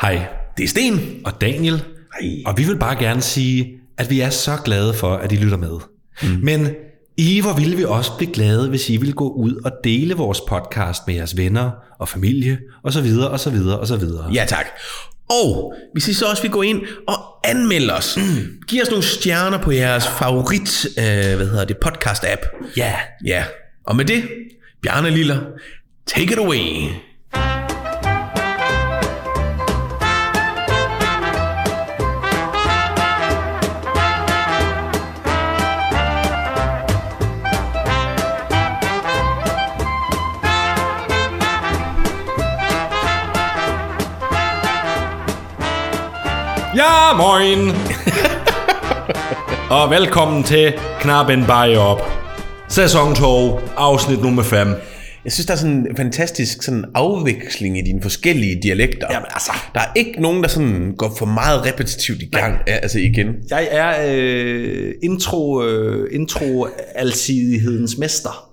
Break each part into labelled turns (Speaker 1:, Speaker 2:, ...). Speaker 1: Hej,
Speaker 2: Det er Sten.
Speaker 1: og Daniel,
Speaker 2: Hej.
Speaker 1: og vi vil bare gerne sige, at vi er så glade for, at I lytter med. Mm. Men i hvor ville vi også blive glade, hvis I ville gå ud og dele vores podcast med jeres venner og familie og så videre og så videre og så videre.
Speaker 2: Ja, tak. Og hvis I så også vil gå ind og anmelde os, mm. giv os nogle stjerner på jeres favorit, øh, hvad hedder det, podcast-app.
Speaker 1: ja.
Speaker 2: Ja, og med det, Bjarne Liller, take it away.
Speaker 1: Ja, moin! og velkommen til Knappen Bajer op. Sæson 2, afsnit nummer 5.
Speaker 2: Jeg synes, der er sådan en fantastisk sådan afveksling i dine forskellige dialekter.
Speaker 1: Jamen, altså.
Speaker 2: Der er ikke nogen, der sådan går for meget repetitivt i gang, ja, altså igen.
Speaker 1: Jeg er øh, intro, øh, intro alsidighedens mester.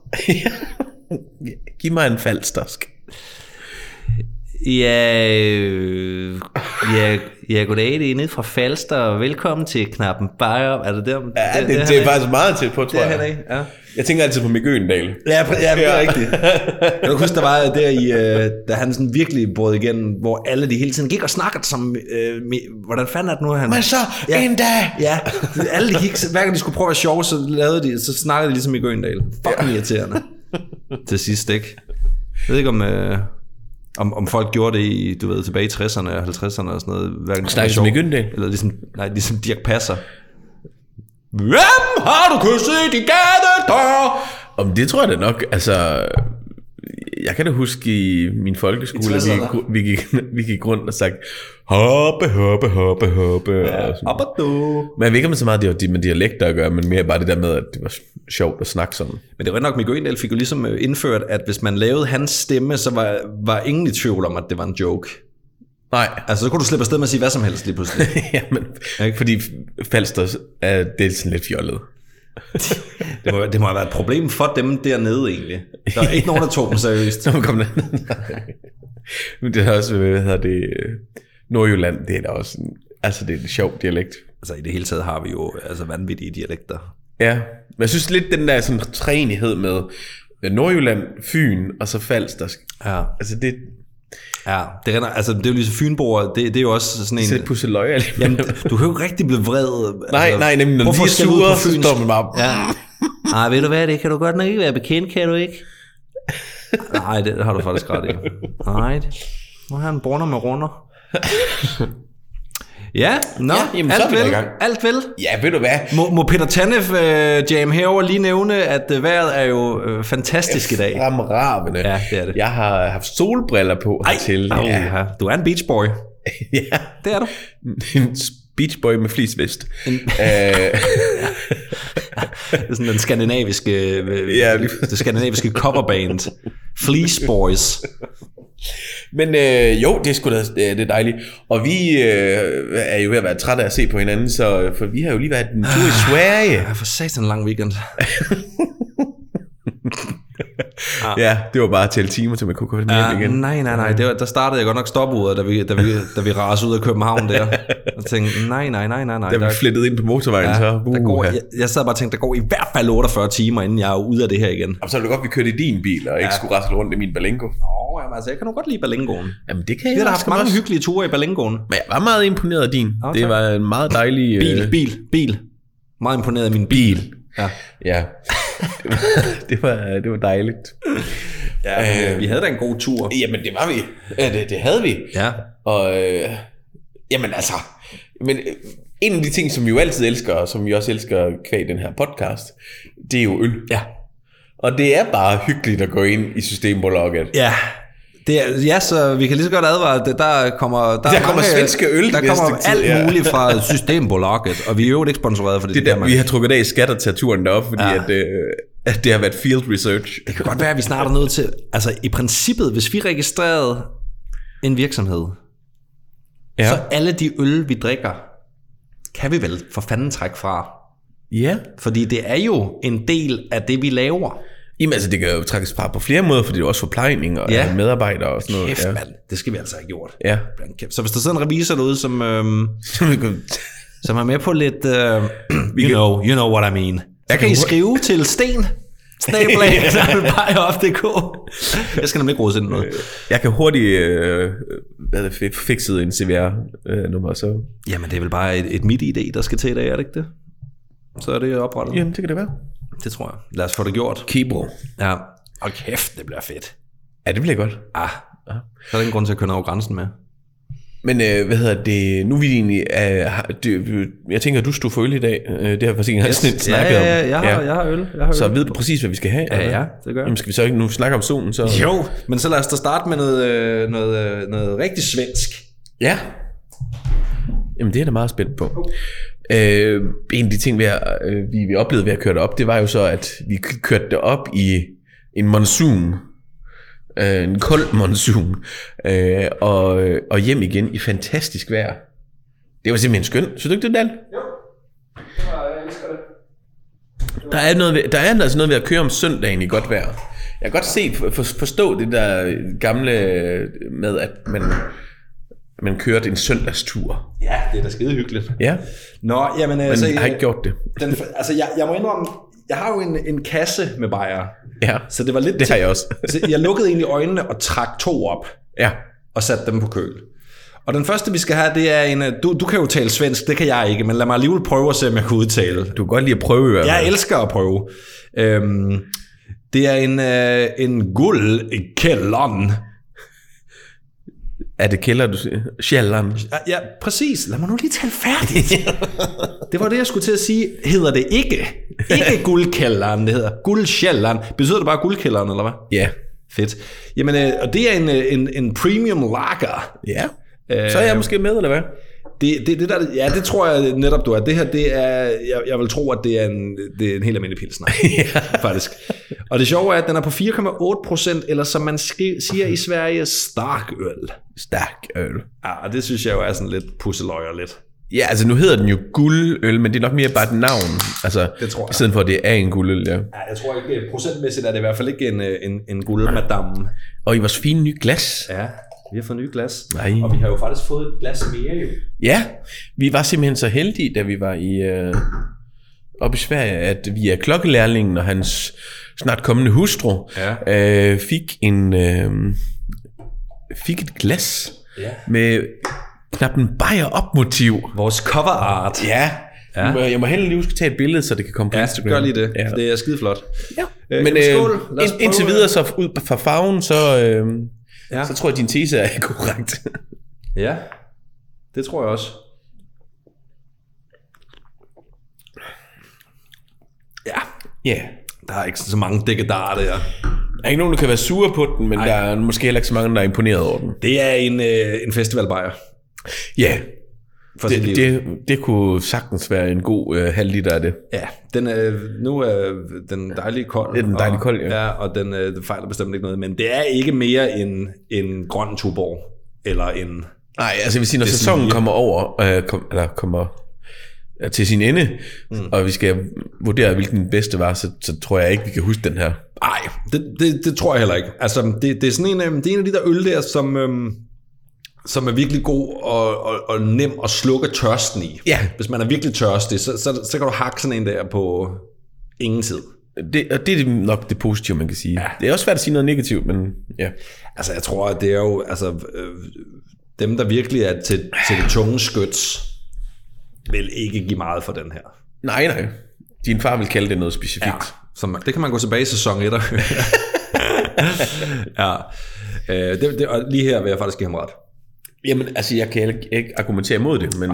Speaker 2: Giv mig en falstersk.
Speaker 3: Ja, øh, ja, ja, goddag, det er nede fra Falster, og velkommen til Knappen Bajer. Er det der?
Speaker 2: Ja, det, det, det er faktisk meget tæt på, tror
Speaker 3: Det er han
Speaker 2: jeg.
Speaker 3: ikke, ja.
Speaker 2: Jeg tænker altid på Mikke Øgendal.
Speaker 1: Ja, pr- ja, det er rigtigt. Kan du huske, der var der i, øh, da han sådan virkelig brød igennem, hvor alle de hele tiden gik og snakkede som, øh, me- hvordan fanden er det nu, han...
Speaker 2: Men så,
Speaker 1: Ja.
Speaker 2: en dag!
Speaker 1: Ja, alle de gik, så hver gang de skulle prøve at være sjove, så, lavede de, så snakkede de ligesom i Gøndal. Fucking irriterende. Til sidst, ikke? Jeg ved ikke, om, øh, om, om folk gjorde det i, du ved, tilbage i 60'erne og 50'erne og sådan noget. Hverken de skulle være
Speaker 2: som i
Speaker 1: sjove,
Speaker 2: Gyldendal?
Speaker 1: Eller ligesom, nej, ligesom Dirk Passer. Hvem har du kysset i gadedør?
Speaker 2: Om det tror jeg da nok, altså... Jeg kan da huske i min folkeskole, at vi, gik-
Speaker 1: 60'erne.
Speaker 2: vi, gik, vi gik rundt og sagde, hoppe, hoppe, hoppe, hoppe. Ja, og sådan.
Speaker 1: Op og du.
Speaker 2: Men jeg ved ikke, om det er så meget det var med dialekter at gøre, men mere bare det der med, at det var sjovt at snakke sådan.
Speaker 1: Men det var nok, Mikkel Øgendal fik jo ligesom øh, indført, at hvis man lavede hans stemme, så var, var ingen i tvivl om, at det var en joke.
Speaker 2: Nej,
Speaker 1: Altså, så kunne du slippe afsted med at sige hvad som helst lige pludselig.
Speaker 2: Jamen, ikke? fordi Falster er, det er sådan lidt fjollet.
Speaker 1: det, må, det må have været et problem for dem dernede egentlig. Der er ikke nogen, der tog dem seriøst.
Speaker 2: Når man kom ned. Men det er også, hvad hedder det, øh, Nordjylland, det er da også en, altså det er en sjov dialekt.
Speaker 1: Altså, i det hele taget har vi jo altså, vanvittige dialekter.
Speaker 2: Ja, men jeg synes lidt den der sådan træenighed med øh, Nordjylland, Fyn og så Falster.
Speaker 1: Ja,
Speaker 2: Altså det,
Speaker 1: ja. Det, render, altså, det er jo ligesom Fynborger, det, det er jo også sådan en...
Speaker 2: det er lidt pusseløje alligevel.
Speaker 1: Jamen, du kan jo ikke rigtig blive vred. altså,
Speaker 2: Nej, nej, nemlig når
Speaker 1: hvorfor
Speaker 2: de er
Speaker 1: skal vi ud
Speaker 2: sure,
Speaker 1: på
Speaker 2: så
Speaker 1: Fyn?
Speaker 2: står man bare...
Speaker 1: Ja.
Speaker 3: Ej, ved du hvad, det kan du godt nok ikke være bekendt, kan du ikke?
Speaker 1: Nej, det har du faktisk ret i.
Speaker 3: Nej, det- nu har han brunner med runder. Ja, nå,
Speaker 1: Ja,
Speaker 2: jamen, så er
Speaker 3: alt
Speaker 2: vi da i
Speaker 3: vel,
Speaker 2: gang.
Speaker 3: alt vel.
Speaker 2: Ja, ved du hvad?
Speaker 1: Må, må Peter Tanef øh, jam herover lige nævne, at øh, vejret er jo øh, fantastisk i dag.
Speaker 2: Fremragende.
Speaker 1: Ja, det er det.
Speaker 2: Jeg har haft solbriller på Ej, hertil.
Speaker 1: Au,
Speaker 2: Ja.
Speaker 1: ja. Du er en beach boy.
Speaker 2: ja.
Speaker 1: Det er du.
Speaker 2: En beachboy med flisvest. Øh,
Speaker 1: Det er sådan den skandinaviske, øh,
Speaker 2: Ja,
Speaker 1: ja,
Speaker 2: lige præcis.
Speaker 1: det skandinaviske coverband. Fleece Boys.
Speaker 2: men øh, jo, det er sgu da øh, det er dejligt. Og vi øh, er jo ved at være trætte af at se på hinanden, så, øh, for vi har jo lige været en tur i
Speaker 1: Ah.
Speaker 2: Sverige.
Speaker 1: Jeg har for satan en lang weekend.
Speaker 2: Ja, det var bare at tælle timer, til man kunne komme hjem
Speaker 1: Ja,
Speaker 2: igen.
Speaker 1: Ah. nej, nej, nej. Det var, der startede jeg godt nok stopuret, da vi, da vi, da vi rasede ud af København der. Og tænkte, nej, nej, nej, nej, nej.
Speaker 2: Da vi flettede ind på motorvejen, ja, så... Uh,
Speaker 1: der går, jeg, jeg sad bare og tænkte, der går i hvert fald 48 timer, inden jeg er ude af det her igen.
Speaker 2: Så er det godt, vi kørte i din bil, og ikke ja. skulle rasle rundt i min Balengo.
Speaker 1: Åh, oh, jamen, altså, jeg kan jo godt lide Berlingoen.
Speaker 2: Jamen, det kan
Speaker 1: Vi
Speaker 2: jeg
Speaker 1: har da
Speaker 2: også
Speaker 1: haft mange
Speaker 2: godt.
Speaker 1: hyggelige ture i Berlingoen.
Speaker 2: Men jeg var meget imponeret af din.
Speaker 1: Nå,
Speaker 2: det
Speaker 1: tak.
Speaker 2: var en meget dejlig...
Speaker 1: Bil,
Speaker 2: øh,
Speaker 1: bil, bil. Meget imponeret af min bil. Ja.
Speaker 2: Ja. det, var, øh, det var dejligt.
Speaker 1: ja vi havde da en god tur.
Speaker 2: øh, Jamen, det var vi. Ja, det, det havde vi.
Speaker 1: Ja.
Speaker 2: Og øh, jamen altså, men øh, en af de ting, som vi jo altid elsker, og som vi også elsker kvæg den her podcast, det er jo øl.
Speaker 1: Ja.
Speaker 2: Og det er bare hyggeligt at gå ind i Systembolaget.
Speaker 1: Ja. Det er, ja, så vi kan lige så godt advare, at der kommer... Der,
Speaker 2: Der kommer svenske øl
Speaker 1: Der
Speaker 2: næste
Speaker 1: kommer
Speaker 2: tid,
Speaker 1: alt
Speaker 2: ja.
Speaker 1: muligt fra Systembolaget, og vi er jo ikke sponsoreret for det.
Speaker 2: Det
Speaker 1: kan
Speaker 2: der,
Speaker 1: man-
Speaker 2: vi har trukket af i skat og tage turen derop, fordi ja.
Speaker 1: Ja.
Speaker 2: at, øh, at det har været field research.
Speaker 1: Det kan godt være, at vi snart er nødt til... Altså, i princippet, hvis vi registrerede en virksomhed, ja. så alle de øl, vi drikker, kan vi vel for fanden trække fra.
Speaker 2: ja.
Speaker 1: Fordi det er jo en del af det, vi laver.
Speaker 2: Jamen altså, det kan jo trækkes fra på flere måder, fordi det er jo også forplejning og
Speaker 1: Ja.
Speaker 2: ja. medarbejdere og sådan noget.
Speaker 1: Kæft,
Speaker 2: ja.
Speaker 1: mand. Det skal vi altså have gjort.
Speaker 2: Ja.
Speaker 1: Kæft. Så hvis der sidder en revisor derude, som, øhm, som er med på lidt... Øh, you know, you know what I mean. Der kan I skrive til Sten. Snablag, Jeg skal nemlig ikke rode ind i noget.
Speaker 2: Jeg kan hurtigt øh, hvad er det, fi- fikset en CVR-nummer, øh, så...
Speaker 1: Jamen, det er vel bare et, et midt-ID, der skal til i dag, er det ikke det? Så er det oprettet.
Speaker 2: Jamen, det kan det være.
Speaker 1: Det tror jeg. Lad os få det gjort.
Speaker 2: Kibro.
Speaker 1: Ja. Og kæft, det bliver fedt.
Speaker 2: Ja, det bliver godt.
Speaker 1: Ah. Så er der ingen grund til at køre over grænsen med.
Speaker 2: Men øh, hvad hedder det, nu er vi egentlig, øh, har- det, jeg tænker, du stod for øl i dag, øh, det har vi faktisk ikke yes. lidt snakket
Speaker 1: ja, ja,
Speaker 2: om.
Speaker 1: jeg har, ja. jeg har øl. Jeg har øl.
Speaker 2: Så ved du præcis, hvad vi skal have?
Speaker 1: ja,
Speaker 2: eller hvad?
Speaker 1: ja, det gør jeg.
Speaker 2: Jamen skal vi så ikke nu snakke om solen, så...
Speaker 1: Jo, men så lad os da starte med noget, øh, noget, øh, noget rigtig svensk.
Speaker 2: Ja. Jamen, det er jeg da meget spændt på. Øh, en af de ting, vi, har, øh, vi, vi oplevede ved at køre det op, det var jo så, at vi k- kørte det op i en monsun. Øh, en kold monsun. Øh, og, øh, og hjem igen i fantastisk vejr. Det var simpelthen skønt. Synes du ikke det, Dal? Der er, noget ved, der er altså noget ved at køre om søndagen i godt vejr. Jeg kan godt se, for, for- forstå det der gamle øh, med, at man, man kørte en søndagstur.
Speaker 1: Ja, det er da skide hyggeligt.
Speaker 2: Ja,
Speaker 1: Nå, jamen,
Speaker 2: men
Speaker 1: altså,
Speaker 2: jeg har ikke gjort det.
Speaker 1: den, altså jeg, jeg må indrømme, jeg har jo en, en kasse med bajer,
Speaker 2: Ja,
Speaker 1: så det var lidt...
Speaker 2: det har jeg også.
Speaker 1: så jeg lukkede egentlig øjnene og trak to op
Speaker 2: Ja,
Speaker 1: og satte dem på køl. Og den første, vi skal have, det er en... øh, Du, du kan jo tale svensk, det kan jeg ikke, men lad mig alligevel prøve at se, om jeg kan udtale.
Speaker 2: du kan godt lide at prøve i hvert
Speaker 1: Jeg
Speaker 2: fald.
Speaker 1: elsker at prøve. Øhm, det er en, øh, en guld kælderen.
Speaker 2: Er det kælder, du siger? Sjælland.
Speaker 1: Ja, ja, præcis. Lad mig nu lige tale færdigt. det var det, jeg skulle til at sige. Hedder det ikke? Ikke guldkælderen, det hedder guldkælderen. Betyder det bare guldkælderen, eller hvad?
Speaker 2: Ja.
Speaker 1: Fedt. Jamen, øh, og det er en, øh, en, en premium lager.
Speaker 2: Ja. Så er jeg måske med, eller hvad?
Speaker 1: Det, det, det der, ja, det tror jeg netop, du er. Det her, det er, jeg, jeg vil tro, at det er en, det er en helt almindelig pilsner, faktisk. Og det sjove er, at den er på 4,8 procent, eller som man skri- siger i Sverige, stark øl.
Speaker 2: Stærk øl.
Speaker 1: Ja, og det synes jeg jo er sådan lidt pusseløjer lidt.
Speaker 2: Ja, altså nu hedder den jo guldøl, men det er nok mere bare et navn. Altså,
Speaker 1: Det tror jeg.
Speaker 2: i stedet for, at det er en guldøl, ja.
Speaker 1: Ja, jeg tror ikke, procentmæssigt er det i hvert fald ikke en, øh, en, en guldmadame.
Speaker 2: Og i vores fine nye glas.
Speaker 1: Ja, vi har fået nye glas.
Speaker 2: Nej.
Speaker 1: Og vi har jo faktisk fået et glas mere jo.
Speaker 2: Ja, vi var simpelthen så heldige, da vi var i, øh, oppe i Sverige, at vi af klokkelærlingen og hans snart kommende hustru
Speaker 1: Ja.
Speaker 2: øh, fik, en, øh, fik et glas
Speaker 1: Ja.
Speaker 2: med knap en bajer op motiv.
Speaker 1: Vores cover art.
Speaker 2: Ja.
Speaker 1: Ja.
Speaker 2: ja. Jeg, må, jeg må hellere lige huske at tage et billede, så det kan komme på
Speaker 1: Ja,
Speaker 2: Instagram.
Speaker 1: gør lige det.
Speaker 2: Ja.
Speaker 1: Ja. Det er skideflot.
Speaker 2: Ja.
Speaker 1: Øh,
Speaker 2: Men
Speaker 1: jamen, skål.
Speaker 2: øh,
Speaker 1: Lad os
Speaker 2: ind, indtil
Speaker 1: prøve,
Speaker 2: videre, så ud fra farven, så, øh,
Speaker 1: Ja.
Speaker 2: ja. så tror jeg, at din tese er korrekt.
Speaker 1: Ja, det tror jeg også. Ja,
Speaker 2: Ja. yeah.
Speaker 1: der er ikke så mange dækkedar der.
Speaker 2: Der er ikke nogen, der kan være sure på den, men Ej. der er måske heller ikke så mange, der er imponeret over den.
Speaker 1: Det er en, øh, en festivalbajer.
Speaker 2: Ja,
Speaker 1: For sit liv.
Speaker 2: det, det, det kunne sagtens være en god øh, halv liter af det.
Speaker 1: Ja, den er, nu er den dejlig kold.
Speaker 2: Det er den dejlige
Speaker 1: og,
Speaker 2: kold, ja.
Speaker 1: ja. og den, øh, den fejler bestemt ikke noget. Men det er ikke mere end en grøn tuborg. Eller en...
Speaker 2: Nej, altså jeg vil sige, når sæsonen kommer over, øh, kom, eller kommer øh, til sin ende, mm. og vi skal vurdere, hvilken den bedste var, så, så tror jeg ikke, vi kan huske den her.
Speaker 1: Nej, det, det, det tror jeg heller ikke. Altså, det, det er sådan en, øhm, det er en af de der øl der, som, øhm, som er virkelig god og, og, og nem at slukke tørsten i.
Speaker 2: Ja.
Speaker 1: Hvis man er virkelig tørstig, så, så, så kan du hakke sådan en der på ingen tid.
Speaker 2: Det, og det er nok det positive, man kan sige. Ja. Det er også svært at sige noget negativt, men ja.
Speaker 1: Altså, jeg tror, at det er jo... Altså, øh, dem, der virkelig er til, til det tunge skyts, vil ikke give meget for den her.
Speaker 2: Nej, nej. Din far vil kalde det noget specifikt. Ja.
Speaker 1: Så man, det kan man gå tilbage i sæson 1 og høre. ja. Øh, det, det, og lige her vil jeg faktisk give ham ret.
Speaker 2: Jamen, altså jeg kan heller ikke argumentere imod det, men,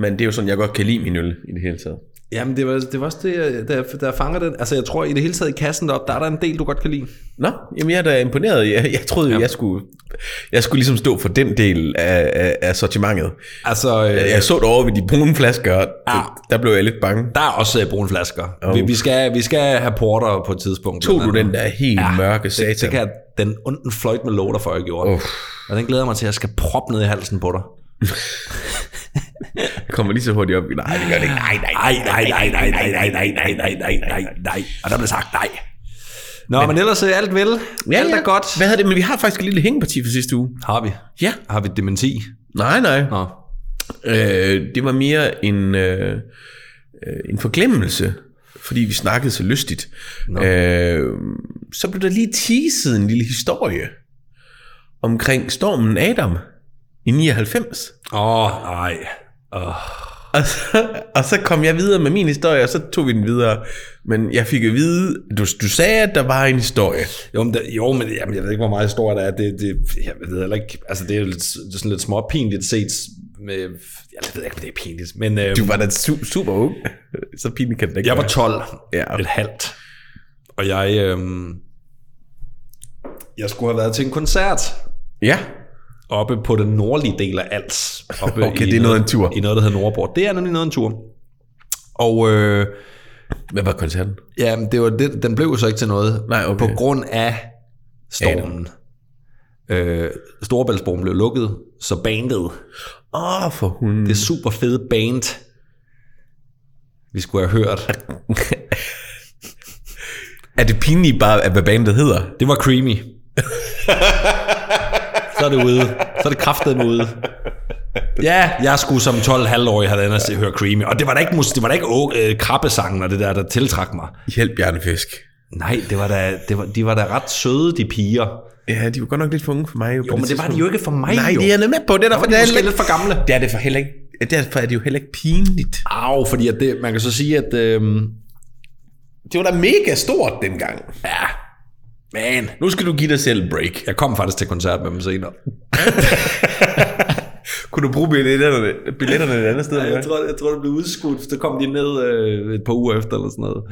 Speaker 2: men det er jo sådan, jeg godt kan lide min øl i det hele taget.
Speaker 1: Jamen, det var, det var også det, jeg- der, der fanger den. Altså, jeg tror, i det hele taget i kassen deroppe, der er der en del, du godt kan lide.
Speaker 2: Nå, jamen jeg er da imponeret. Jeg, jeg troede jo, jeg skulle, jeg skulle ligesom stå for den del af, af, af sortimentet.
Speaker 1: Altså, øh,
Speaker 2: Jeg så det over ved de brune flasker, og
Speaker 1: Ah.
Speaker 2: det, der blev jeg lidt bange.
Speaker 1: der er også øh, brune flasker.
Speaker 2: Jo.
Speaker 1: Vi, vi, skal, vi skal have porter på et tidspunkt.
Speaker 2: Tog du
Speaker 1: Eller-
Speaker 2: den der helt ja, mørke satan?
Speaker 1: Det, det kan jeg, den onden fløjt med låter, for jeg gjorde.
Speaker 2: Uff.
Speaker 1: Og den glæder jeg mig til, at jeg skal proppe ned i halsen på dig.
Speaker 2: jeg kommer lige så hurtigt op. Nej, det gør det ikke. Nej, nej,
Speaker 1: nej, nej, nej, nej, nej, nej, nej, nej, nej, nej, nej. Og der blev sagt nej. Nå, men, men ellers øh, alt vel. Ja, alt er godt.
Speaker 2: Hvad hedder det? Men vi har faktisk et lille hængeparti fra sidste uge.
Speaker 1: Har vi?
Speaker 2: Ja.
Speaker 1: Har vi dementi?
Speaker 2: Nej, nej.
Speaker 1: Nå.
Speaker 2: Øh, det var mere en, øh, øh, en forglemmelse, fordi vi snakkede så lystigt.
Speaker 1: Nå.
Speaker 2: Øh, så blev der lige teaset en lille historie omkring stormen Adam i 99.
Speaker 1: Åh, oh, nej. Oh.
Speaker 2: Og så, og så kom jeg videre med min historie, og så tog vi den videre. Men jeg fik at vide, du, du sagde, at der var en historie.
Speaker 1: Jo, men, der, jo, men jamen, jeg ved ikke, hvor meget stor der er. Det, det, jeg ved heller ikke. Altså, det er jo lidt, det er sådan lidt småpinligt set med... Jeg ved ikke, om det er pinligt, men... Øh,
Speaker 2: Du var da su- super ung. Så pinligt kan det ikke
Speaker 1: jeg var
Speaker 2: være.
Speaker 1: 12.
Speaker 2: Ja.
Speaker 1: Et halvt. Og jeg... Øh, jeg skulle have været til en koncert
Speaker 2: Ja.
Speaker 1: oppe på den nordlige del af Als. Oppe
Speaker 2: Okay, det er noget af en tur.
Speaker 1: I noget, der hedder Nordborg. Det er nemlig noget af en tur. Og øh,
Speaker 2: Hvad var koncerten?
Speaker 1: jamen, det var det, den blev jo så ikke til noget.
Speaker 2: Nej, okay.
Speaker 1: På grund af stormen. Øh, Storebæltsbroen blev lukket, så bandet,
Speaker 2: Åh, oh, for hun.
Speaker 1: det super fede band, vi skulle have hørt.
Speaker 2: Er det pinligt bare, at hvad bandet hedder?
Speaker 1: Det var creamy. så er det ude. Så er det kraftedeme ude. Ja, jeg skulle som 12-halvårig have andet at høre Creamy. Og det var da ikke, mus- det var da ikke å- øh, krabbesangen og det der, der tiltrak mig.
Speaker 2: Hjælp Bjarne Fisk.
Speaker 1: Nej, det var da, det var, de var da ret søde, de piger.
Speaker 2: Ja, de var godt nok lidt for unge for mig. Jo, på
Speaker 1: Jo, men det var de
Speaker 2: tidspunkt.
Speaker 1: jo ikke for mig,
Speaker 2: Nej,
Speaker 1: jo.
Speaker 2: det er jeg nemlig med på. Det er derfor,
Speaker 1: de
Speaker 2: det er
Speaker 1: måske lidt for gamle.
Speaker 2: Det er det for heller ikke. Derfor er det jo heller ikke pinligt.
Speaker 1: Au, fordi at det, man kan så sige, at... Øhm,
Speaker 2: Det var da mega stort dengang.
Speaker 1: ja, man.
Speaker 2: Nu skal du give dig selv en break.
Speaker 1: Jeg kom faktisk til koncert med dem senere.
Speaker 2: Kunne du bruge billetterne, billetterne et andet sted? eller hvad?
Speaker 1: tror, jeg tror, det blev udskudt, så kom de ned øh, et par uger efter eller sådan noget.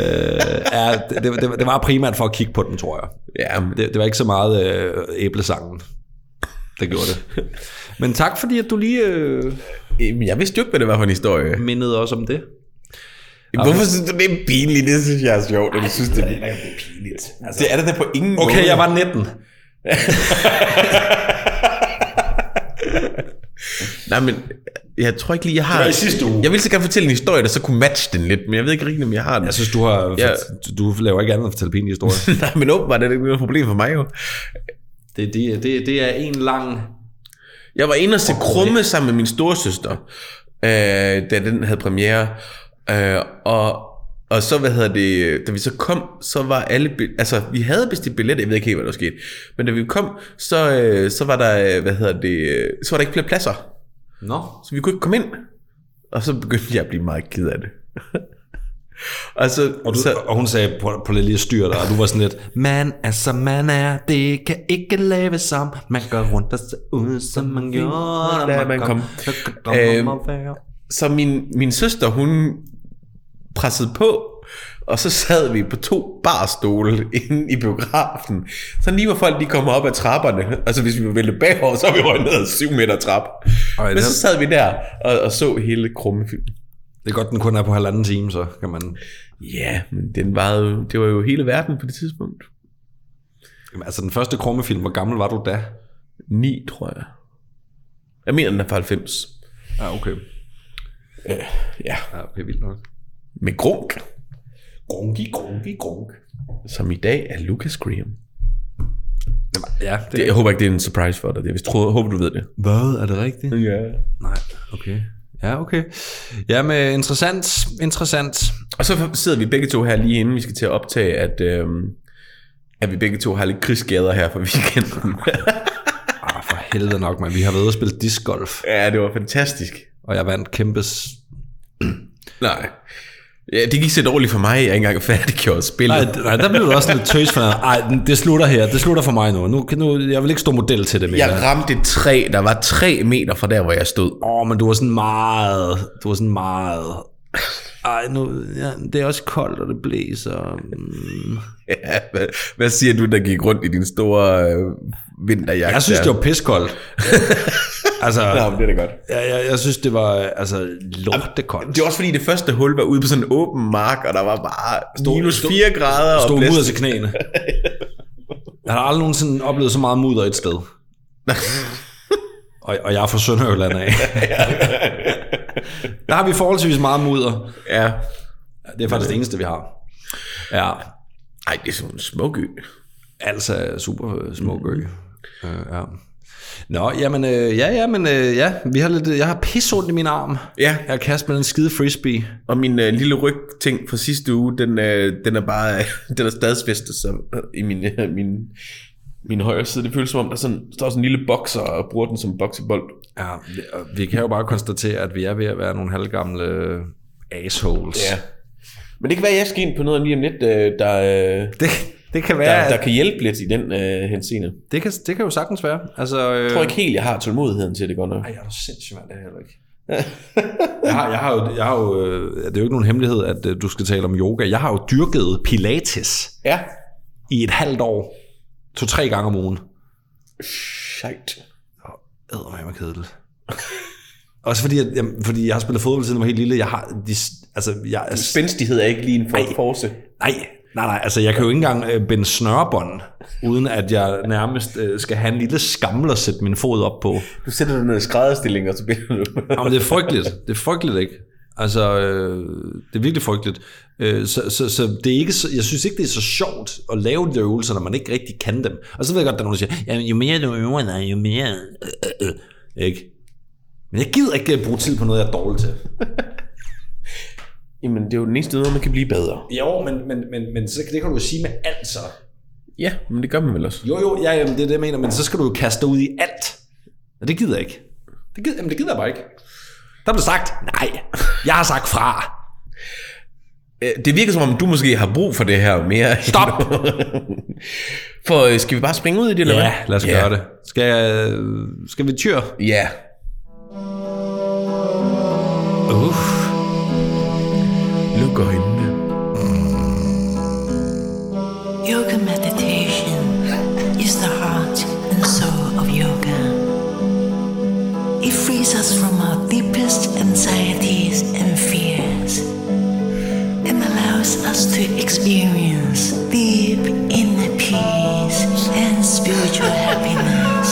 Speaker 1: øh, ja, det, det, det, var primært for at kigge på den, tror jeg.
Speaker 2: Ja, men det,
Speaker 1: Det, det var ikke så meget øh, æblesangen, der gjorde det. Men tak fordi, at du lige øh,
Speaker 2: Jamen, jeg vidste jo ikke, hvad det var for en historie.
Speaker 1: mindede os om det.
Speaker 2: Hvorfor synes du, det er pinligt? Det synes jeg er sjovt, og du synes, det er pinligt. Altså, det er det da på ingen måde.
Speaker 1: Okay, jeg var 19.
Speaker 2: Nej, men jeg tror ikke lige, jeg har...
Speaker 1: var i sidste uge.
Speaker 2: Jeg ville så gerne fortælle en historie, der så kunne matche den lidt, men jeg ved ikke rigtig, om jeg har den.
Speaker 1: Jeg synes, du, har,
Speaker 2: Ja.
Speaker 1: du laver ikke andet end at fortælle pinlige historier.
Speaker 2: Nej, men åbenbart er det ikke noget problem for mig jo.
Speaker 1: Det, det, det, det er en lang...
Speaker 2: Jeg var inde og se Krumme sammen med min storesøster, øh, da den havde premiere. Øh, og, og så, hvad hedder det, da vi så kom, så var alle, bill- altså vi havde bestilt billetter, jeg ved ikke helt, hvad der skete. Men da vi kom, så, øh, så var der, øh, hvad hedder det, øh, så var der ikke flere pladser.
Speaker 1: Nå.
Speaker 2: Så vi kunne ikke komme ind. Og så begyndte jeg at blive meget ked af det. og så,
Speaker 1: Og, du,
Speaker 2: så,
Speaker 1: og hun sagde på, på lidt lige styr der, og du var sådan lidt, man er som man er, det kan ikke laves som, man går rundt og ser ud som man gjorde, når
Speaker 2: Da man
Speaker 1: man
Speaker 2: kom.
Speaker 1: kom.
Speaker 2: Øhm, Så min, min søster, hun pressede på, og så sad vi på to barstole inde i biografen. Så lige hvor folk de kommer op ad trapperne, altså hvis vi var væltet bagover, så var vi røget ned ad syv meter trap.
Speaker 1: Ej,
Speaker 2: Men
Speaker 1: det-
Speaker 2: så sad vi der og, og så hele krumme film.
Speaker 1: Det er godt, den kun er på halvanden time, så kan man...
Speaker 2: Ja, men den var jo, det var jo hele verden på det tidspunkt.
Speaker 1: Jamen, Altså den første krummefilm, hvor gammel var du da?
Speaker 2: Ni, tror jeg. Jeg mener, den er fra 90.
Speaker 1: Ja, okay.
Speaker 2: Ja,
Speaker 1: Ja, Ah, okay, vildt nok.
Speaker 2: med grunk,
Speaker 1: Grunki, grunki, grunk.
Speaker 2: som i dag er Lucas Graham.
Speaker 1: Jamen, ja, det,
Speaker 2: Det, jeg håber ikke, det er en surprise for dig. Jeg tror, håber, du ved det.
Speaker 1: Hvad? Er det rigtigt?
Speaker 2: Ja.
Speaker 1: Nej, okay. Ja, okay. Jamen, interessant, interessant.
Speaker 2: Og så sidder vi begge to her lige inden vi skal til at optage, at, øh, at vi begge to har lidt krigsskader her for weekenden.
Speaker 1: Ah, for helvede nok, man. Vi har været ude og spille discgolf,
Speaker 2: ja, det var fantastisk.
Speaker 1: og jeg vandt kæmpes...
Speaker 2: Nej. Ja, det gik så dårligt for mig, at jeg ikke engang færdiggjorde
Speaker 1: Nej,
Speaker 2: spillet.
Speaker 1: d- nej, der blev du også lidt tøs for. Ej, den- det slutter her. Det slutter for mig nu. nu, kan- nu jeg vil ikke stå model til det mere.
Speaker 2: Jeg ramte et træ, der var tre meter fra der, hvor jeg stod.
Speaker 1: Åh, oh, men du var sådan meget... Du var sådan meget... Ej, nu, ja, det er også koldt, og det blæser. Mm.
Speaker 2: Ja, hvad, hvad siger du, der gik rundt i din store øh, vinterjakke?
Speaker 1: Jeg synes,
Speaker 2: der?
Speaker 1: det var piskoldt. altså,
Speaker 2: Nå, men det er da godt.
Speaker 1: jeg, jeg, jeg synes, det var altså, lortekoldt.
Speaker 2: Det var også fordi, det første hul var ude på sådan en åben mark, og der var bare
Speaker 1: Stod-
Speaker 2: minus
Speaker 1: stod-
Speaker 2: 4 grader. og
Speaker 1: Stod
Speaker 2: blæste.
Speaker 1: mudder til knæene. Jeg har aldrig nogensinde oplevet så meget mudder et sted. og, og jeg er fra Sønderjylland af. Der har vi forholdsvis meget mudder.
Speaker 2: Ja.
Speaker 1: Det er faktisk det eneste, vi har. Ja.
Speaker 2: Ej, det er sådan en smuk ø.
Speaker 1: Altså super øh, smuk ø. Øh, ja. Nå, jamen, øh, ja, ja, men øh, ja, vi har lidt, jeg har pisseondt i min arm.
Speaker 2: Ja.
Speaker 1: Jeg har kastet med den skide frisbee.
Speaker 2: Og min øh, lille rygting fra sidste uge, den, øh, den er bare, øh, den er stadsfæstet så, øh, i min, øh, min, min højre side. Det føles som om, der sådan, står sådan en lille bokser og bruger den som boksebold.
Speaker 1: Ja, vi, og vi kan jo bare konstatere, at vi er ved at være nogle halvgamle øh, assholes.
Speaker 2: Men det kan være, at jeg skal ind på noget lige om lidt, øh, der, øh,
Speaker 1: Det, det kan være,
Speaker 2: der, der
Speaker 1: at-
Speaker 2: kan hjælpe lidt i den øh, henseende. Jeg
Speaker 1: det, kan, det kan jo sagtens være. Altså, øh,
Speaker 2: tror ikke helt, jeg har tålmodigheden til det godt nok.
Speaker 1: Ej, jeg er da sindssygt, mand, det er jeg heller ikke. jeg, har, jeg har jo, jeg har jo øh, det er jo ikke nogen hemmelighed, at øh, du skal tale om yoga. Jeg har jo dyrket pilates
Speaker 2: Ja.
Speaker 1: i et halvt år, to-tre gange om ugen.
Speaker 2: Shit.
Speaker 1: Æder mig kedeligt. Også fordi, at, jamen, fordi jeg har spillet fodbold siden jeg var helt lille. Jeg har, de, altså, jeg, er-
Speaker 2: Spændstighed er ikke lige en for, force.
Speaker 1: nej, nej, nej, altså jeg kan jo ikke engang øh, binde snørebånd, uden at jeg nærmest øh, skal have en lille skammel at sætte min fod op på.
Speaker 2: Du sætter dig ned i skrædderstilling, og så bliver du...
Speaker 1: Jamen, det er frygteligt. Det er frygteligt, ikke? Altså, øh, det er virkelig frygteligt. Øh, så, så, så, det er ikke så, jeg synes ikke, det er så sjovt at lave de der øvelser, når man ikke rigtig kan dem. Og så ved jeg godt, der er nogen, der siger, "Jamen, jo mere du øver dig, jo mere... Øh, øh, øh." Ikke? Men jeg gider ikke øh, bruge tid på noget, jeg er dårlig til.
Speaker 2: Jamen, det er jo den eneste måde, man kan blive bedre.
Speaker 1: Jo, men, men, men, men så, det kan du jo sige med alt så.
Speaker 2: Ja, men det gør man vel også.
Speaker 1: Jo, jo, ja, jamen, det er det, jeg mener, men så skal du jo kaste dig ud i alt. Og det gider jeg ikke. Det gider, jamen, det gider jeg bare ikke. Der blev sagt, nej, jeg har sagt fra.
Speaker 2: Øh, Det virker som om, du måske har brug for det her mere. end
Speaker 1: Stop!
Speaker 2: noget. for øh, skal vi bare springe ud i det, eller
Speaker 1: Ja, lad os yeah. gøre det. Skal, øh, skal vi tyr?
Speaker 2: Ja.
Speaker 1: Uff.
Speaker 2: Luk øjnene.
Speaker 4: Yoga meditation is the heart and soul of yoga. It frees us from our deepest anxieties and fears and allows us to experience deep inner peace and spiritual happiness.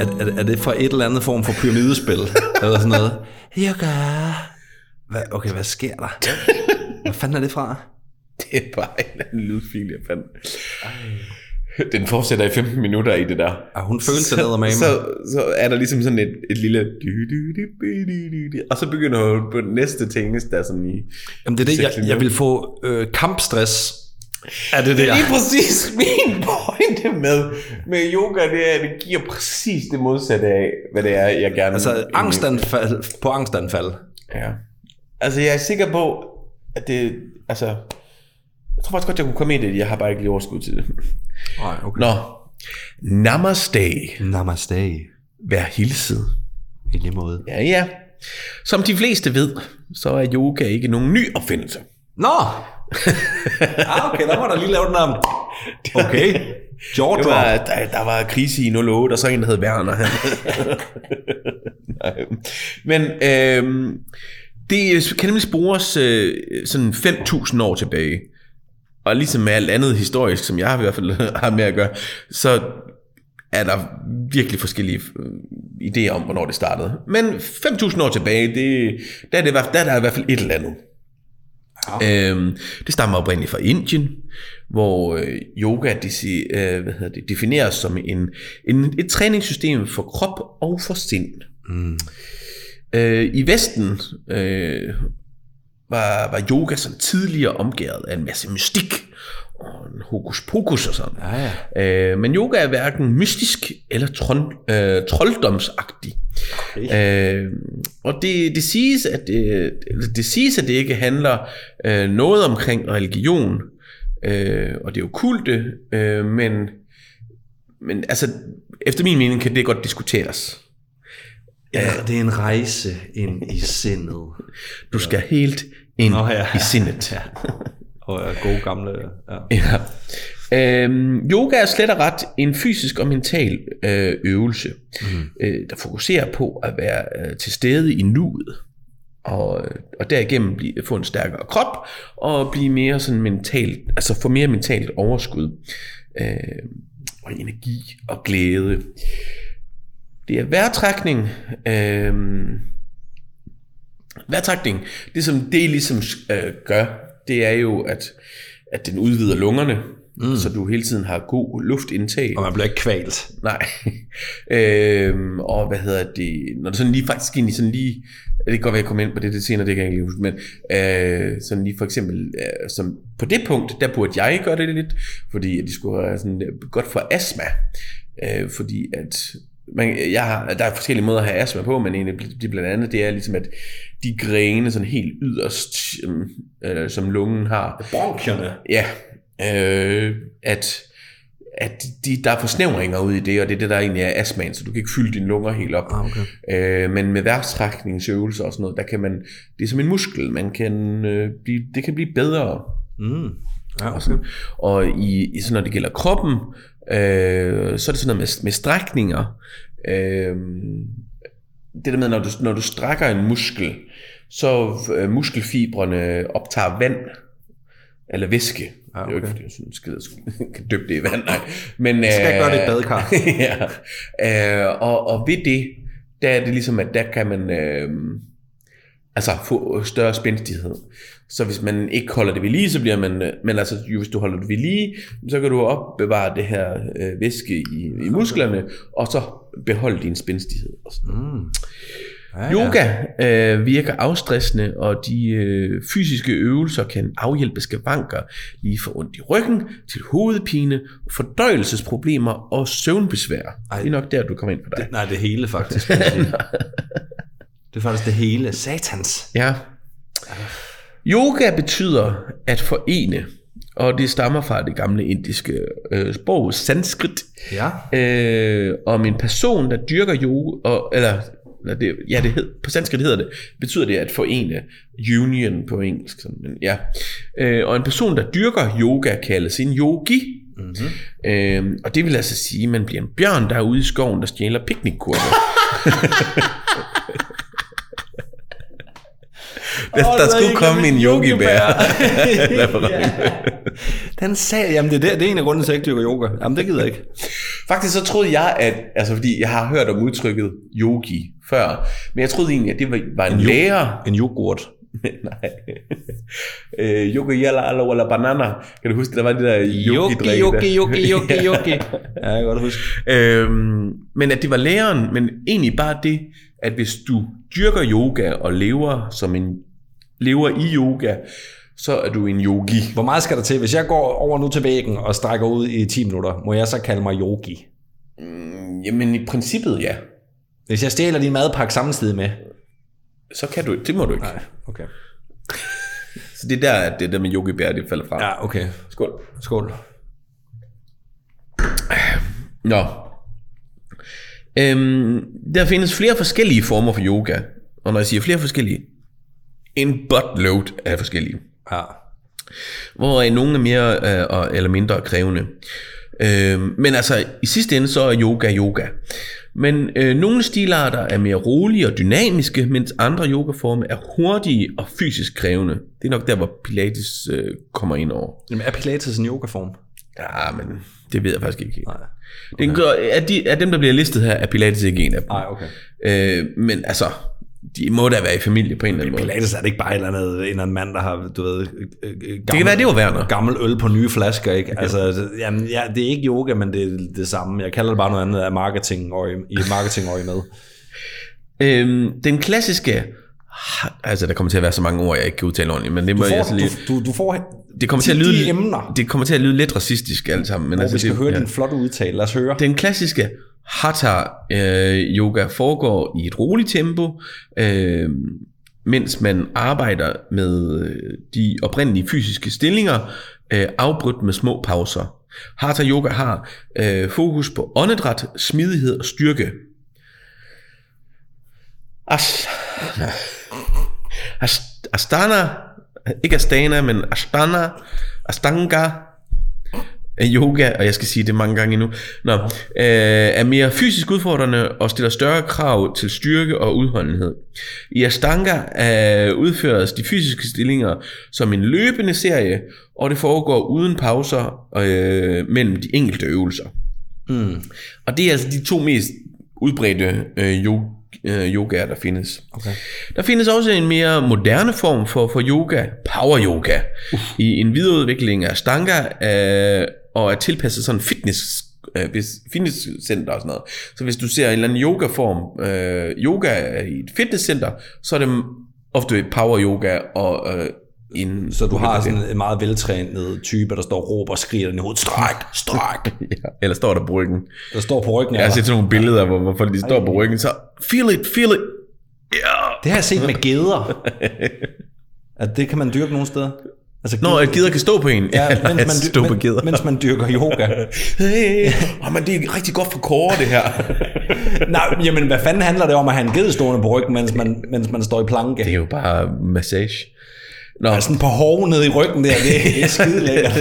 Speaker 1: Er, er, er det fra et eller andet form for pyramidespil? eller sådan noget? Yoga. Hvad, okay, hvad sker der? Hvad fanden er det fra?
Speaker 2: Det er bare en eller anden lydfil, jeg fandt. Den fortsætter i 15 minutter i det der.
Speaker 1: Ah, hun følte sig ned med
Speaker 2: så, så er der ligesom sådan et, et lille... du-du-du-du-du-du-du. Og så begynder hun på den næste ting, der er sådan i...
Speaker 1: Jamen, det er det, jeg, jeg vil få øh, kampstress. Er det det, jeg...
Speaker 2: Lige præcis min pointe med, med yoga, det er, at det giver præcis det modsatte af, hvad det er, jeg gerne...
Speaker 1: Altså, angstanfald på angstanfald.
Speaker 2: Ja. Altså, jeg er sikker på, at det... Altså, jeg tror faktisk godt, jeg kunne komme ind i det, jeg har bare ikke lige overskud til det.
Speaker 1: Nej, okay.
Speaker 2: Nå. Namaste.
Speaker 1: Namaste.
Speaker 2: Vær hilset.
Speaker 1: I lige måde.
Speaker 2: Ja, ja. Som de fleste ved, så er yoga ikke nogen ny opfindelse.
Speaker 1: Nå! Ah, okay, der må der lige lave den om. Okay. Jaw
Speaker 2: Det
Speaker 1: drop.
Speaker 2: var, der, der var krise i 08, og så en, der hed Werner. Han. Nej. Men øhm, det kan nemlig spores øh, sådan 5.000 år tilbage. Og ligesom med alt andet historisk, som jeg i hvert fald har med at gøre, så er der virkelig forskellige øh, idéer om, hvornår det startede. Men 5.000 år tilbage, det, der, er det, i hvert- der er der i hvert fald et eller andet. Øhm, det stammer oprindeligt fra Indien, hvor øh, yoga det, si- øh, hvad hedder det, defineres som en, en, et træningssystem for krop og for sind.
Speaker 1: Mm.
Speaker 2: Øh, I Vesten øh, var, var yoga sådan tidligere omgæret af en masse mystik og en hokus pokus og sådan.
Speaker 1: Ja, Ah, ja.
Speaker 2: Øh, men yoga er hverken mystisk eller tron, øh, trolddomsagtig. Okay. Øh, og det, det, siges, at det, eller det siges, at det ikke handler øh, noget omkring religion øh, og det okulte, øh, men, men altså, efter min mening kan det godt diskuteres.
Speaker 1: Ja, det er en rejse ind i sindet.
Speaker 2: Du skal helt ind
Speaker 1: Nå
Speaker 2: oh,
Speaker 1: ja.
Speaker 2: ja. i sindet.
Speaker 1: Og øh, gode gamle... Ja.
Speaker 2: Ja. Øhm, yoga er slet og ret en fysisk og mental øh, øvelse, mm. øh, der fokuserer på at være øh, til stede i nuet, og, og derigennem blive, få en stærkere krop, og blive mere sådan mentalt, altså få mere mentalt overskud, øh, og energi og glæde. Det er vejrtrækning. Øhm, vejrtrækning, det som det ligesom øh, gør, det er jo, at, at den udvider lungerne, mm. så du hele tiden har god luftindtag.
Speaker 1: Og man bliver ikke kvalt.
Speaker 2: Nej. øhm, og hvad hedder det? Når du sådan lige faktisk egentlig sådan lige... Det kan godt være, at jeg kommer ind på det lidt senere, det kan jeg ikke lige huske, men øh, sådan lige for eksempel, øh, som på det punkt, der burde jeg gøre det lidt, fordi at de skulle være sådan, øh, godt for astma. Øh, fordi at man, jeg har, der er forskellige måder at have astma på, men en af de blandt andet, det er ligesom, at de grene sådan helt yderst, øhm, øh, som lungen har,
Speaker 1: Bronkierne.
Speaker 2: ja, øh, at, at de, der er forsnævringer ude i det, og det er det, der egentlig er astmaen, så du kan ikke fylde dine lunger helt op.
Speaker 1: Ah, okay.
Speaker 2: Øh, men med værkstrækningsøvelser og sådan noget, der kan man, det er som en muskel, man kan, øh, blive, det kan blive bedre.
Speaker 1: Mm. Ja,
Speaker 2: Og, sådan. og i, i sådan, når det gælder kroppen, øh, så er det sådan noget med, med strækninger. Øh, det der med, når du, når du strækker en muskel, så øh, muskelfibrene optager vand, eller væske.
Speaker 1: Ja,
Speaker 2: Ja, okay. Det er jo
Speaker 1: Ah,
Speaker 2: ikke,
Speaker 1: okay.
Speaker 2: fordi jeg sådan skid, kan døbe det i vand, nej. Men, øh,
Speaker 1: skal gøre det i et badekar.
Speaker 2: ja. øh, og, og ved det, der er det ligesom, at der kan man øh, altså få større spændstighed. Så hvis man ikke holder det ved lige, så bliver man, øh, men altså jo, hvis du holder det ved lige, så kan du opbevare det her øh, væske i, i musklerne, og så beholde din spændstighed. Og sådan.
Speaker 1: Mm. Ja, ja.
Speaker 2: Yoga øh, virker afstressende, og de øh, fysiske øvelser kan afhjælpe skavanker, lige for ondt i ryggen, til hovedpine, fordøjelsesproblemer og søvnbesvær. Ej, det er nok der, du kommer ind på dig. Det,
Speaker 1: Nej, det hele faktisk. kan man sige. det er faktisk det hele. Satans.
Speaker 2: ja. Yoga betyder at forene, og det stammer fra det gamle indiske øh, sprog, sanskrit,
Speaker 1: Ja.
Speaker 2: øh, om en person, der dyrker yoga, og, eller, eller det, ja, det hed, på sanskrit hedder det, betyder det at forene union på engelsk. Sådan, men, ja. øh, og en person, der dyrker yoga, kaldes en yogi. Mm-hmm. Øhm, og det vil altså sige, at man bliver en bjørn, der er ude i skoven, der stjæler piknikkurver. der, der skulle komme en yogibær.
Speaker 1: Den sag, jamen det er, der, det er en af grunden til, at jeg ikke dyrker yoga. Jamen det gider jeg ikke.
Speaker 2: Faktisk så troede jeg, at, altså fordi jeg har hørt om udtrykket yogi før, men jeg troede egentlig, at det var, var en, en lærer,
Speaker 1: En yoghurt.
Speaker 2: Nej. øh, yoga yalla alla walla banana. Kan du huske, der var det der
Speaker 1: Yogi,
Speaker 2: yogi
Speaker 1: yogi, yogi, yogi, yogi. ja, jeg kan godt huske.
Speaker 2: øhm, men at det var læreren, men egentlig bare det, at hvis du dyrker yoga og lever som en lever i yoga, så er du en yogi.
Speaker 1: Hvor meget skal der til? Hvis jeg går over nu til væggen og strækker ud i 10 minutter, må jeg så kalde mig yogi?
Speaker 2: Jamen i princippet ja.
Speaker 1: Hvis jeg stjæler din madpakke samtidig med.
Speaker 2: Så kan du det må du ikke. Nej.
Speaker 1: Okay.
Speaker 2: Så det er der, at det der med yogi bær, det falder fra.
Speaker 1: Ja, okay.
Speaker 2: Skål.
Speaker 1: Skål.
Speaker 2: Nå. Øhm, der findes flere forskellige former for yoga. Og når jeg siger flere forskellige, en buttload af forskellige.
Speaker 1: Ja.
Speaker 2: Hvor nogle er mere øh, og- eller mindre krævende. Øhm, men altså, i sidste ende så er yoga yoga. Men øh, nogle stilarter er mere rolige og dynamiske, mens andre yogaformer er hurtige og fysisk krævende. Det er nok der, hvor pilates øh, kommer ind over.
Speaker 1: Jamen, er Pilates en yogaform?
Speaker 2: Ja, men det ved jeg faktisk ikke.
Speaker 1: Nej.
Speaker 2: Den gør, er, de, er dem, der bliver listet her, er Pilates ikke en af dem.
Speaker 1: Nej, okay.
Speaker 2: Øh, men altså, de må da være i familie på en eller anden måde.
Speaker 1: Pilates er det ikke bare et eller andet, en eller anden mand, der har, du ved, øh, øh, gammel,
Speaker 2: Det kan være, det var Werner.
Speaker 1: gammel øl på nye flasker, ikke? Altså, det- jamen, ja, det er ikke yoga, men det er det samme. Jeg kalder det bare noget andet af marketing og i marketingøje med.
Speaker 2: Øhm, den klassiske... Altså, der kommer til at være så mange ord, jeg ikke kan udtale ordentligt, men det må
Speaker 1: Du
Speaker 2: jeg altså
Speaker 1: får,
Speaker 2: lige...
Speaker 1: du, du, du får
Speaker 2: Det kommer til at
Speaker 1: de
Speaker 2: lyde,
Speaker 1: emner,
Speaker 2: det kommer til at lyde lidt racistisk alt sammen. Men altså,
Speaker 1: hvor vi skal
Speaker 2: det,
Speaker 1: høre din flotte udtale. Lad os høre.
Speaker 2: Den klassiske hatha øh, yoga foregår i et roligt tempo, øh, mens man arbejder med øh, de oprindelige fysiske stillinger, øh, afbrudt med små pauser. Hatha yoga har øh, fokus på åndedræt, smidighed og styrke. As, as, astana, ikke Astana, men Astana, Astanga, yoga, og jeg skal sige det mange gange endnu, Nå, øh, er mere fysisk udfordrende og stiller større krav til styrke og udholdenhed. I Ashtanga øh, udføres de fysiske stillinger som en løbende serie, og det foregår uden pauser øh, mellem de enkelte øvelser.
Speaker 1: Mm.
Speaker 2: Og det er altså de to mest udbredte øh, jo, øh, yogaer, der findes. Okay. Der findes også en mere moderne form for, for yoga, power yoga, uh. i en videreudvikling af stanga øh, og er tilpasset sådan fitness øh, hvis fitnesscenter og sådan noget. Så hvis du ser en eller anden yogaform, øh, yoga i et fitnesscenter, så er det ofte power yoga og øh, en...
Speaker 1: Så du har sådan en meget veltrænet type, der står og råber og skriger den i hovedet. Stræk, stræk.
Speaker 2: Ja, eller står der på ryggen.
Speaker 1: Der står på ryggen.
Speaker 2: Jeg har
Speaker 1: af dig.
Speaker 2: set sådan nogle billeder, hvor, hvor folk de står på ryggen, så feel it, feel it.
Speaker 1: Det har jeg set med geder. At det kan man dyrke nogle steder. Altså,
Speaker 2: Nå,
Speaker 1: geder-
Speaker 2: at gider kan stå på en.
Speaker 1: ja,
Speaker 2: Eller
Speaker 1: mens,
Speaker 2: at
Speaker 1: man,
Speaker 2: stå på
Speaker 1: dyr,
Speaker 2: gider.
Speaker 1: men, mens man dyrker yoga.
Speaker 2: Hey, oh, men det er rigtig godt for kåre, det her.
Speaker 1: Nej, jamen hvad fanden handler det om at have en ged stående på ryggen, mens man, mens man står i planke?
Speaker 2: det
Speaker 1: Det
Speaker 2: er jo bare massage. Nå,
Speaker 1: er sådan på hove nede i ryggen der, det, det er skide lækkert.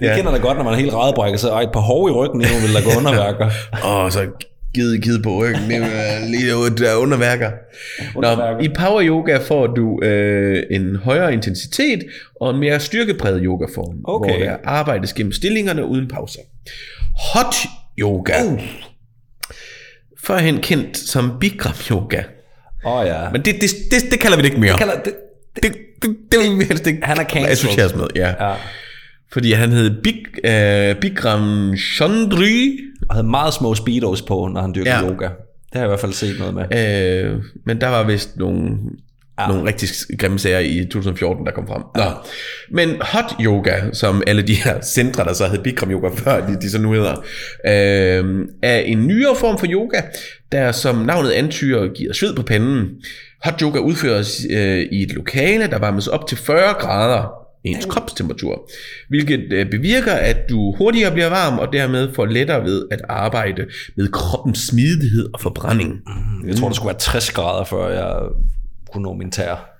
Speaker 1: Det
Speaker 2: ja.
Speaker 1: kender da godt, når man er helt redbrækket, så ej, et par hove i ryggen, nu vil der gå underværker.
Speaker 2: Og så gide gide på ryggen, det er øh, lige ud der underværker. Nå,
Speaker 1: Underværker.
Speaker 2: I power yoga får du øh, en højere intensitet og en mere styrkepræget yogaform,
Speaker 1: Okay.
Speaker 2: hvor der arbejdes gennem stillingerne uden pauser. Hot yoga. Uh. Førhen kendt som Bikram yoga.
Speaker 1: Åh oh, ja. Men
Speaker 2: Men det, det, det, det kalder vi det ikke mere. Det,
Speaker 1: kalder, det,
Speaker 2: det, det, det vil vi helst ikke
Speaker 1: Han er cancelled.
Speaker 2: associeres med. Ja.
Speaker 1: ja.
Speaker 2: Fordi han hed Big, øh, Bikram Chandri.
Speaker 1: Og havde meget små speedos på, når han dyrkede
Speaker 2: Ja.
Speaker 1: ja. yoga. Det har jeg i hvert fald set noget med.
Speaker 2: Øh, men der var vist nogle, ja.
Speaker 1: Ja.
Speaker 2: nogle rigtig grimme sager i 2014, der kom frem. Nå. Men hot yoga, som alle de her centre, der så hed Bikram Yoga før, de, de så nu hedder, øh, er en nyere form for yoga, der som navnet antyder giver sved på panden. Hot yoga udføres øh, i et lokale, der varmes op til 40 grader ens kropstemperatur, hvilket øh, bevirker, at du hurtigere bliver varm, og dermed får lettere ved at arbejde med kroppens smidighed og forbrænding.
Speaker 1: Jeg
Speaker 2: Mm.
Speaker 1: tror, det skulle være 60 grader, før jeg kunne nå min tær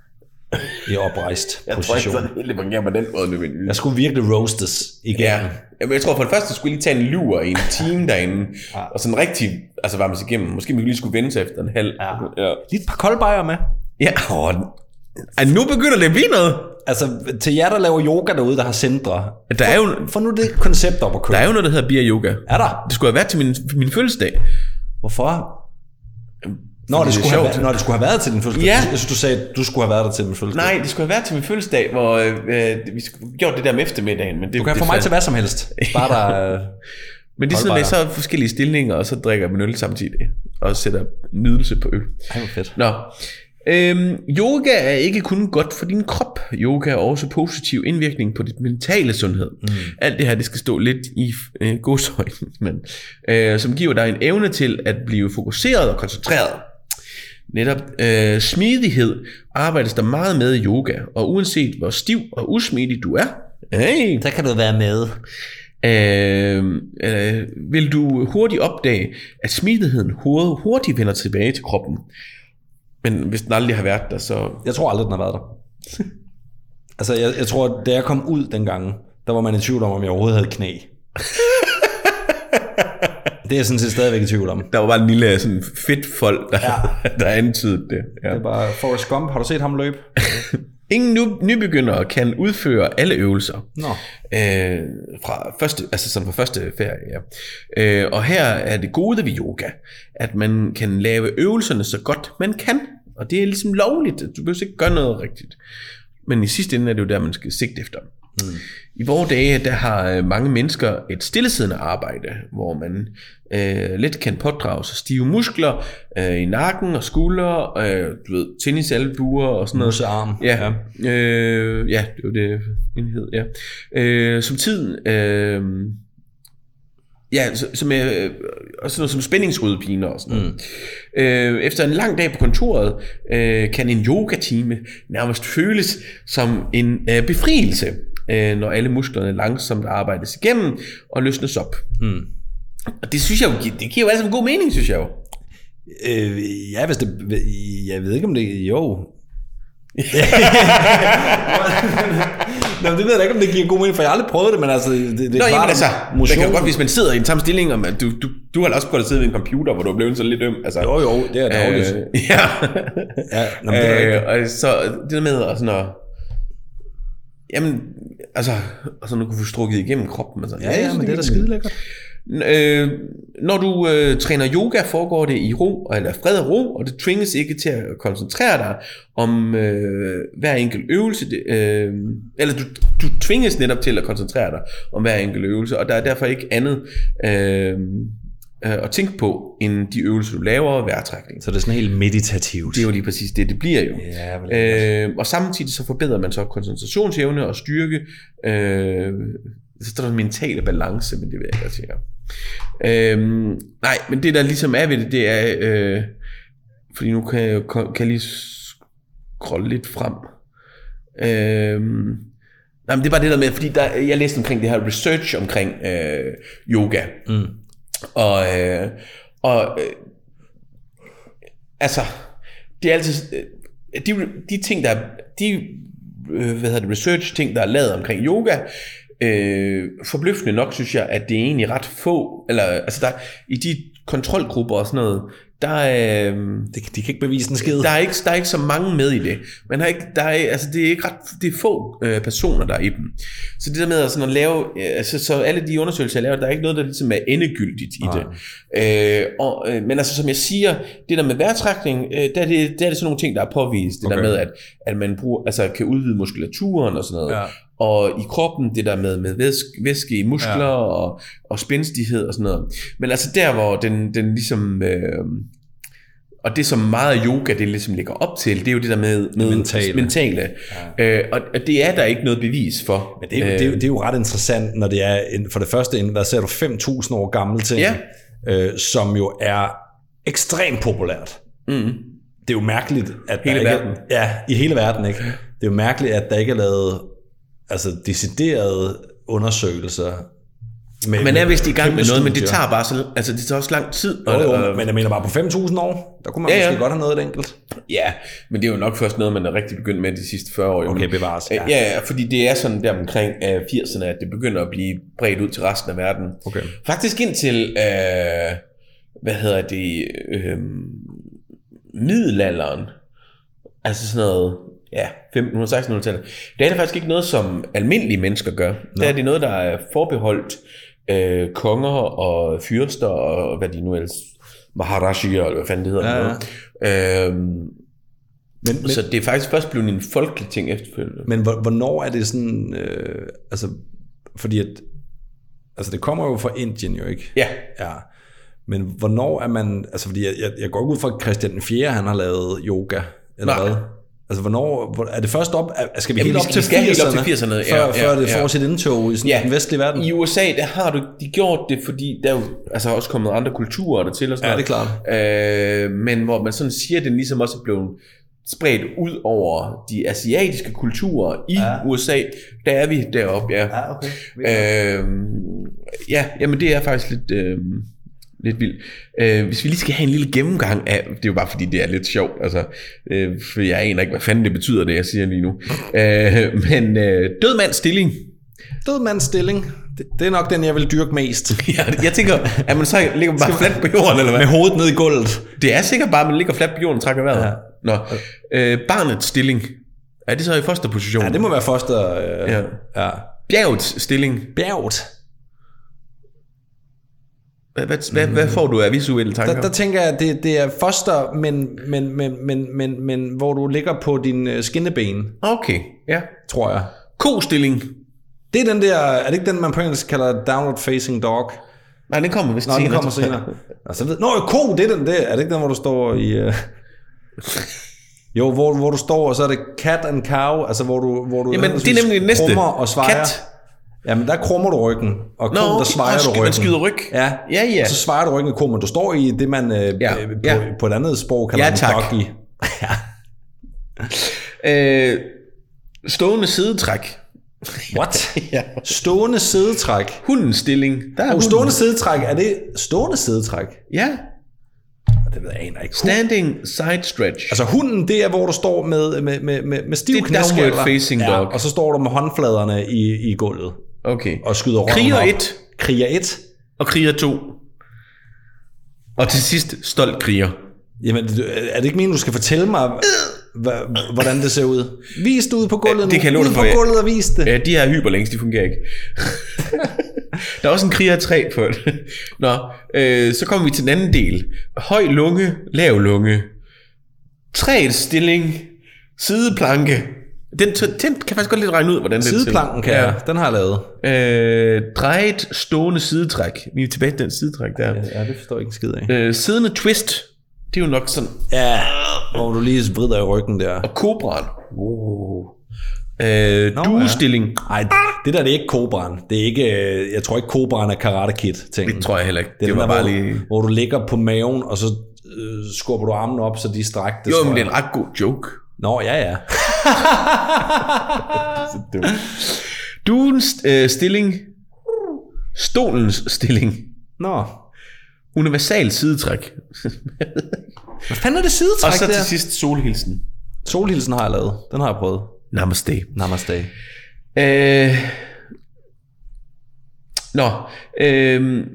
Speaker 1: i oprejst position. Jeg,
Speaker 2: helt det fungerer på den måde nødvendigvis.
Speaker 1: jeg skulle virkelig roastes igen.
Speaker 2: Ja. Jamen, jeg tror for det første, skulle jeg lige tage en lur i en time derinde, ja. og sådan rigtig altså, varme sig igennem. Måske vi lige skulle vende sig efter en halv.
Speaker 1: Ja.
Speaker 2: ja.
Speaker 1: Lige et par koldbejer med.
Speaker 2: ja. Og, og nu begynder det at blive noget.
Speaker 1: Altså, til jer, der laver yoga derude, der har centre,
Speaker 2: Der er jo,
Speaker 1: Få nu det koncept op at køre.
Speaker 2: der er jo noget, der hedder bier yoga.
Speaker 1: er der?
Speaker 2: Det skulle have været til min, min fødselsdag.
Speaker 1: Hvorfor? Når det,
Speaker 2: det er
Speaker 1: skulle have,
Speaker 2: sjovt.
Speaker 1: været- når det skulle have været til din fødselsdag.
Speaker 2: Ja.
Speaker 1: Jeg synes, du sagde, at du skulle have været der til din fødselsdag.
Speaker 2: Nej, det skulle have været til min fødselsdag, hvor øh, vi skulle gjorde det der med eftermiddagen. Men det,
Speaker 1: Du kan
Speaker 2: det
Speaker 1: få mig til hvad som helst. Bare der... øh,
Speaker 2: Men det er sådan med så
Speaker 1: Holdbarer.
Speaker 2: forskellige stillinger, og så drikker man øl samtidig, og sætter nydelse på øl.
Speaker 1: Ej, hvor fedt.
Speaker 2: Nå. Øhm, yoga er ikke kun godt for din krop. Yoga er også positiv indvirkning på dit mentale sundhed. Mm. Alt det her, det skal stå lidt i øh, godsøjne, men øh, som giver dig en evne til at blive fokuseret og koncentreret. Netop øh, smidighed arbejdes der meget med i yoga, og uanset hvor stiv og usmidig du er, hey,
Speaker 3: Der kan du være med.
Speaker 2: øh, øh, vil du hurtigt opdage, at smidigheden hu- hurtigt vender tilbage til kroppen. Men hvis den aldrig har været der, så...
Speaker 1: Jeg tror aldrig, den har været der. Altså, jeg, jeg tror, at da jeg kom ud dengang, der var man i tvivl om, om jeg overhovedet havde knæ. Det er jeg sådan set stadigvæk i tvivl om.
Speaker 2: Der var bare en lille sådan fedt folk, der, ja.
Speaker 1: Ja.
Speaker 2: der antydede det. Ja.
Speaker 1: Det er bare Forrest Gump. Har du set ham løbe?
Speaker 2: Ingen nu, nybegyndere kan udføre alle øvelser.
Speaker 1: Nå.
Speaker 2: Øh, fra første, altså sådan fra første ferie, ja. Øh, og her er det gode ved yoga, at man kan lave øvelserne så godt man kan. Og det er ligesom lovligt. Du behøver ikke gøre noget rigtigt. Men i sidste ende er det jo der, man skal sigte efter. Mm. I vore dage, der har øh, mange mennesker et stillesiddende arbejde, hvor man øh, let kan pådrage sig stive muskler øh, i nakken og skuldre, øh, du ved, tennisalbuer og sådan noget.
Speaker 1: Musearm.
Speaker 2: Ja, ja. Øh, ja det var det, den hed, ja. Øh, som tiden, øh, ja, så- som, øh, og sådan noget som spændingsrødepiner og sådan noget. Mm. Øh, efter en lang dag på kontoret, øh, kan en yogatime nærmest føles som en øh, befrielse, øh, når alle musklerne langsomt arbejdes igennem og løsnes op. Mm. Og det synes jeg jo, gi- det giver jo altså en god mening, synes jeg jo.
Speaker 1: Øh, ja, hvis det... Jeg ved ikke, om det... Jo. Nå, men det ved jeg da ikke, om det giver god mening, for jeg har aldrig prøvet det, men altså... Det, det er
Speaker 2: Nå,
Speaker 1: klart,
Speaker 2: jamen altså, motion.
Speaker 1: motion,
Speaker 2: man kan jo godt, hvis man sidder i den samme stilling, og man, du, du, du har da også prøvet at sidde ved en computer, hvor du er blevet sådan lidt øm. Altså,
Speaker 1: Jo, jo, det er dagligt.
Speaker 2: øh, ja.
Speaker 1: ja, nå, men det er da
Speaker 2: øh,
Speaker 1: rigtigt.
Speaker 2: og så det der med at sådan at, jamen, altså, og sådan at kunne få strukket igennem kroppen. Altså,
Speaker 1: ja, ja, men det er da skide lækkert.
Speaker 2: N- Øh, når du øh, træner yoga, foregår det i ro, eller fred og ro, og det tvinges ikke til at koncentrere dig om øh, hver enkelt øvelse. Det, øh, eller du, du tvinges netop til at koncentrere dig om hver enkelt øvelse, og der er derfor ikke andet øh, øh, at tænke på, end de øvelser, du laver og vejrtrækning.
Speaker 1: Så det er sådan helt meditativt.
Speaker 2: Det er jo lige præcis det, det bliver jo.
Speaker 1: Ja, vel.
Speaker 2: Øh, og samtidig så forbedrer man så koncentrationsevne og styrke. Øh, så står der mentale balance, men det ved jeg godt sige. Øhm, nej, men det der ligesom er ved det, det er... Øh, fordi nu kan jeg, jo ko- kan jeg lige scrolle lidt frem. Øhm, nej, men det er bare det der med, fordi der, jeg læste omkring det her research omkring øh, yoga. Mm. Og, øh, og øh, altså, det er altid, øh, de, de ting, der er, de, øh, hvad hedder det, research ting, der er lavet omkring yoga, øh, forbløffende nok, synes jeg, at det er egentlig ret få, eller, altså der, i de kontrolgrupper og sådan noget, der er, øh,
Speaker 1: Det, de kan ikke bevise en skid.
Speaker 2: der er, ikke, der er ikke så mange med i det. Man har ikke, der er, altså det er ikke ret, det er få øh, personer, der er i dem. Så det der med at, sådan at lave, øh, altså, så alle de undersøgelser, jeg laver, der er ikke noget, der ligesom er endegyldigt i det. Øh, og, øh, men altså som jeg siger, det der med vejrtrækning, øh, der, er det, der er det sådan nogle ting, der er påvist. Det okay. der
Speaker 1: Okay.
Speaker 2: med, at, at man bruger, altså, kan udvide muskulaturen og sådan noget.
Speaker 1: Ja.
Speaker 2: Og i kroppen, det der med, med væske, væske i muskler ja. og, og spændstighed og sådan noget. Men altså der, hvor den, den ligesom... Øh, og det, som meget af yoga det ligesom ligger op til, det er jo det der med, med
Speaker 1: mentale.
Speaker 2: mentale. Ja. Øh, og, og det er der ikke noget bevis for.
Speaker 1: Men det er, jo,
Speaker 2: Øh.
Speaker 1: det, er jo, det er jo ret interessant, når det er en, for det første en, hvad ser du, 5.000 år gammel ting,
Speaker 2: Ja.
Speaker 1: øh, som jo er ekstremt populært.
Speaker 2: Øh,
Speaker 1: Mm. Det er jo mærkeligt, at
Speaker 2: Hele
Speaker 1: der ikke,
Speaker 2: verden.
Speaker 1: Ja, i hele verden, ikke? Det er jo mærkeligt, at der ikke er lavet altså, deciderede undersøgelser. Med,
Speaker 2: man er vist i gang
Speaker 1: kæmpe
Speaker 2: med noget, men det
Speaker 1: studier.
Speaker 2: tager bare så, altså, det tager også lang tid.
Speaker 1: Jo,
Speaker 2: og,
Speaker 1: jo,
Speaker 2: og,
Speaker 1: men jeg mener bare på 5.000 år, der kunne man
Speaker 2: Ja,
Speaker 1: ja,
Speaker 2: ja.
Speaker 1: måske godt have noget et enkelt.
Speaker 2: ja, men det er jo nok først noget, man er rigtig begyndt med de sidste 40 år. jo.
Speaker 1: Okay, bevares.
Speaker 2: Ja. ja, fordi det er sådan der omkring øh, 80'erne, at det begynder at blive bredt ud til resten af verden.
Speaker 1: Okay.
Speaker 2: Faktisk indtil, øh, hvad hedder det, øh, middelalderen, altså sådan noget, ja, 1500-1600-tallet, der er det faktisk ikke noget, som almindelige mennesker gør. Der er det noget, der er forbeholdt øh, konger og fyrster og hvad de nu ellers, maharajier, eller hvad fanden det hedder.
Speaker 1: Ja,
Speaker 2: Ja. Øhm,
Speaker 1: Men, men,
Speaker 2: så det er faktisk først blevet en folkelig ting efterfølgende.
Speaker 1: Men hvor- hvornår er det sådan, øh, altså, fordi at, altså det kommer jo fra Indien jo, ikke?
Speaker 2: Ja.
Speaker 1: ja. Men hvornår er man, altså fordi jeg, jeg, jeg går ikke ud fra, at Christian 4. han har lavet yoga, eller
Speaker 2: Nej.
Speaker 1: Nej. hvad? Altså hvornår, hvor- er det først op, er- skal vi
Speaker 2: Jamen,
Speaker 1: helt
Speaker 2: vi
Speaker 1: op
Speaker 2: skal-
Speaker 1: til
Speaker 2: vi skal helt op til
Speaker 1: 80'erne,
Speaker 2: 80'erne, ja,
Speaker 1: før,
Speaker 2: ja,
Speaker 1: før det
Speaker 2: ja.
Speaker 1: får sit indtog i sådan
Speaker 2: Ja.
Speaker 1: den vestlige verden?
Speaker 2: I USA, der har du de gjort det, fordi der er jo altså også kommet andre kulturer der til og sådan
Speaker 1: Ja,
Speaker 2: noget.
Speaker 1: det er
Speaker 2: klart. Øh, men hvor man sådan siger, at den ligesom også er blevet spredt ud over de asiatiske kulturer i ja. USA. Der er vi deroppe, ja.
Speaker 3: Ja, okay.
Speaker 2: Øh, ja, jamen det er faktisk lidt, øh, lidt vildt. Øh, hvis vi lige skal have en lille gennemgang af, det er jo bare fordi, det er lidt sjovt, altså, øh, for jeg aner ikke, hvad fanden det betyder, det jeg siger lige nu. Øh, men øh, død mands stilling.
Speaker 1: Død mands stilling, det, det er nok den, jeg vil dyrke mest.
Speaker 2: Jeg, jeg tænker, at man så ligger man bare fladt på jorden, eller hvad?
Speaker 1: Med hovedet ned i gulvet.
Speaker 2: Det er sikkert bare, at man ligger fladt på jorden og trækker vejret. Ja. Nå. Øh, barnets stilling. Er det så i fosterposition?
Speaker 1: Ja, det må være foster, øh,
Speaker 2: Ja.
Speaker 1: ja. ja.
Speaker 2: Bjergets stilling.
Speaker 1: Bjerget.
Speaker 2: Hvad, hvad, hvad, hvad får du af visuelle tanker?
Speaker 1: Der, der tænker jeg, at det, det er foster, men, men, men, men, men, men hvor du ligger på din øh, skinneben,
Speaker 2: Okay, ja.
Speaker 1: tror jeg.
Speaker 2: Ko-stilling.
Speaker 1: Det er den der, er det ikke den, man på engelsk kalder downward facing dog?
Speaker 2: Nej, den kommer vist
Speaker 1: Nå, den
Speaker 2: senere.
Speaker 1: kommer
Speaker 2: tror jeg.
Speaker 1: senere. Og så ved, nå, ko, det er den der. Er det ikke den, hvor du står i... Øh... Jo, hvor, hvor du står, og så er det cat and cow, altså hvor du... Hvor du
Speaker 2: Jamen, det er
Speaker 1: henholdsvis
Speaker 2: nemlig det næste.
Speaker 1: Krummer og svejer.
Speaker 2: Kat.
Speaker 1: Jamen, der krummer du ryggen, og ko,
Speaker 2: Nå,
Speaker 1: der
Speaker 2: okay.
Speaker 1: svejer
Speaker 2: Og
Speaker 1: du
Speaker 2: sky-
Speaker 1: ryggen.
Speaker 2: man skyder ryg.
Speaker 1: Ja,
Speaker 2: Ja, ja.
Speaker 1: Og så svejer du ryggen af ko, men du står i det, man øh,
Speaker 2: Ja,
Speaker 1: ja. På,
Speaker 2: ja.
Speaker 1: på et andet sprog kalder
Speaker 2: Ja,
Speaker 1: en
Speaker 2: tak.
Speaker 1: doggy.
Speaker 2: Øh, stående sidetræk.
Speaker 1: What?
Speaker 2: Ja.
Speaker 1: Stående sidetræk.
Speaker 2: Hundens stilling. Der er
Speaker 1: Og
Speaker 2: hunden.
Speaker 1: Oh, stående sidetræk, er det stående sidetræk?
Speaker 2: Ja.
Speaker 1: Det ved jeg aner ikke.
Speaker 2: Standing side stretch.
Speaker 1: Altså hunden, det er, hvor du står med, med, med, med, med stiv
Speaker 2: Det er downward facing dog.
Speaker 1: og så står du med håndfladerne i, i gulvet
Speaker 2: Okay.
Speaker 1: og skyder røven
Speaker 2: Kriger
Speaker 1: op.
Speaker 2: 1
Speaker 1: Kriger 1.
Speaker 2: og kriger 2. Og til sidst stolt kriger.
Speaker 1: Jamen, du- er det ikke meningen, du skal fortælle mig, hva- hvordan det ser ud? Vis det ud på gulvet
Speaker 2: det kan jeg love
Speaker 1: nu.
Speaker 2: dig
Speaker 1: Ud
Speaker 2: for,
Speaker 1: på
Speaker 2: ja.
Speaker 1: gulvet og vis det.
Speaker 2: Ja, de her hyperlinks, de fungerer ikke. Der er også en kriger 3 på det. Nå, øh, så kommer vi til den anden del. Høj lunge, lav lunge. Træets stilling, sideplanke. Den, t- den kan faktisk godt lidt regne ud, hvordan den
Speaker 1: Sideplanken kan
Speaker 2: Ja.
Speaker 1: jeg. Den har jeg lavet.
Speaker 2: Øh, drejet stående sidetræk. Vi er tilbage til den sidetræk der.
Speaker 1: Ja, det forstår jeg ikke en skid af.
Speaker 2: Øh, siddende twist. Det er jo nok sådan
Speaker 1: Ja, hvor du lige vrider i ryggen der.
Speaker 2: kobraen. Wow. Øh, duestilling. Ja.
Speaker 1: Nej, det der det er ikke kobraen. Det er ikke, øh, jeg tror ikke kobraen er karate kid ting.
Speaker 2: Det tror jeg heller ikke.
Speaker 1: Det,
Speaker 2: Det, det var
Speaker 1: der,
Speaker 2: bare
Speaker 1: hvor,
Speaker 2: lige...
Speaker 1: hvor du ligger på maven, og så øh, skubber du armen op, så de er strakte.
Speaker 2: Jo,
Speaker 1: tror
Speaker 2: men det
Speaker 1: jeg.
Speaker 2: er en ret god joke.
Speaker 1: Nå, ja, ja.
Speaker 2: Duens øh, stilling. Stolens stilling.
Speaker 1: Nå.
Speaker 2: Universal sidetræk.
Speaker 1: Hvad fanden er det
Speaker 2: Og
Speaker 1: sidetræk
Speaker 2: så
Speaker 1: der?
Speaker 2: til sidst solhilsen.
Speaker 1: Solhilsen har jeg lavet. Den har jeg prøvet.
Speaker 2: Namaste.
Speaker 1: Namaste.
Speaker 2: Øh... Nå. Øh...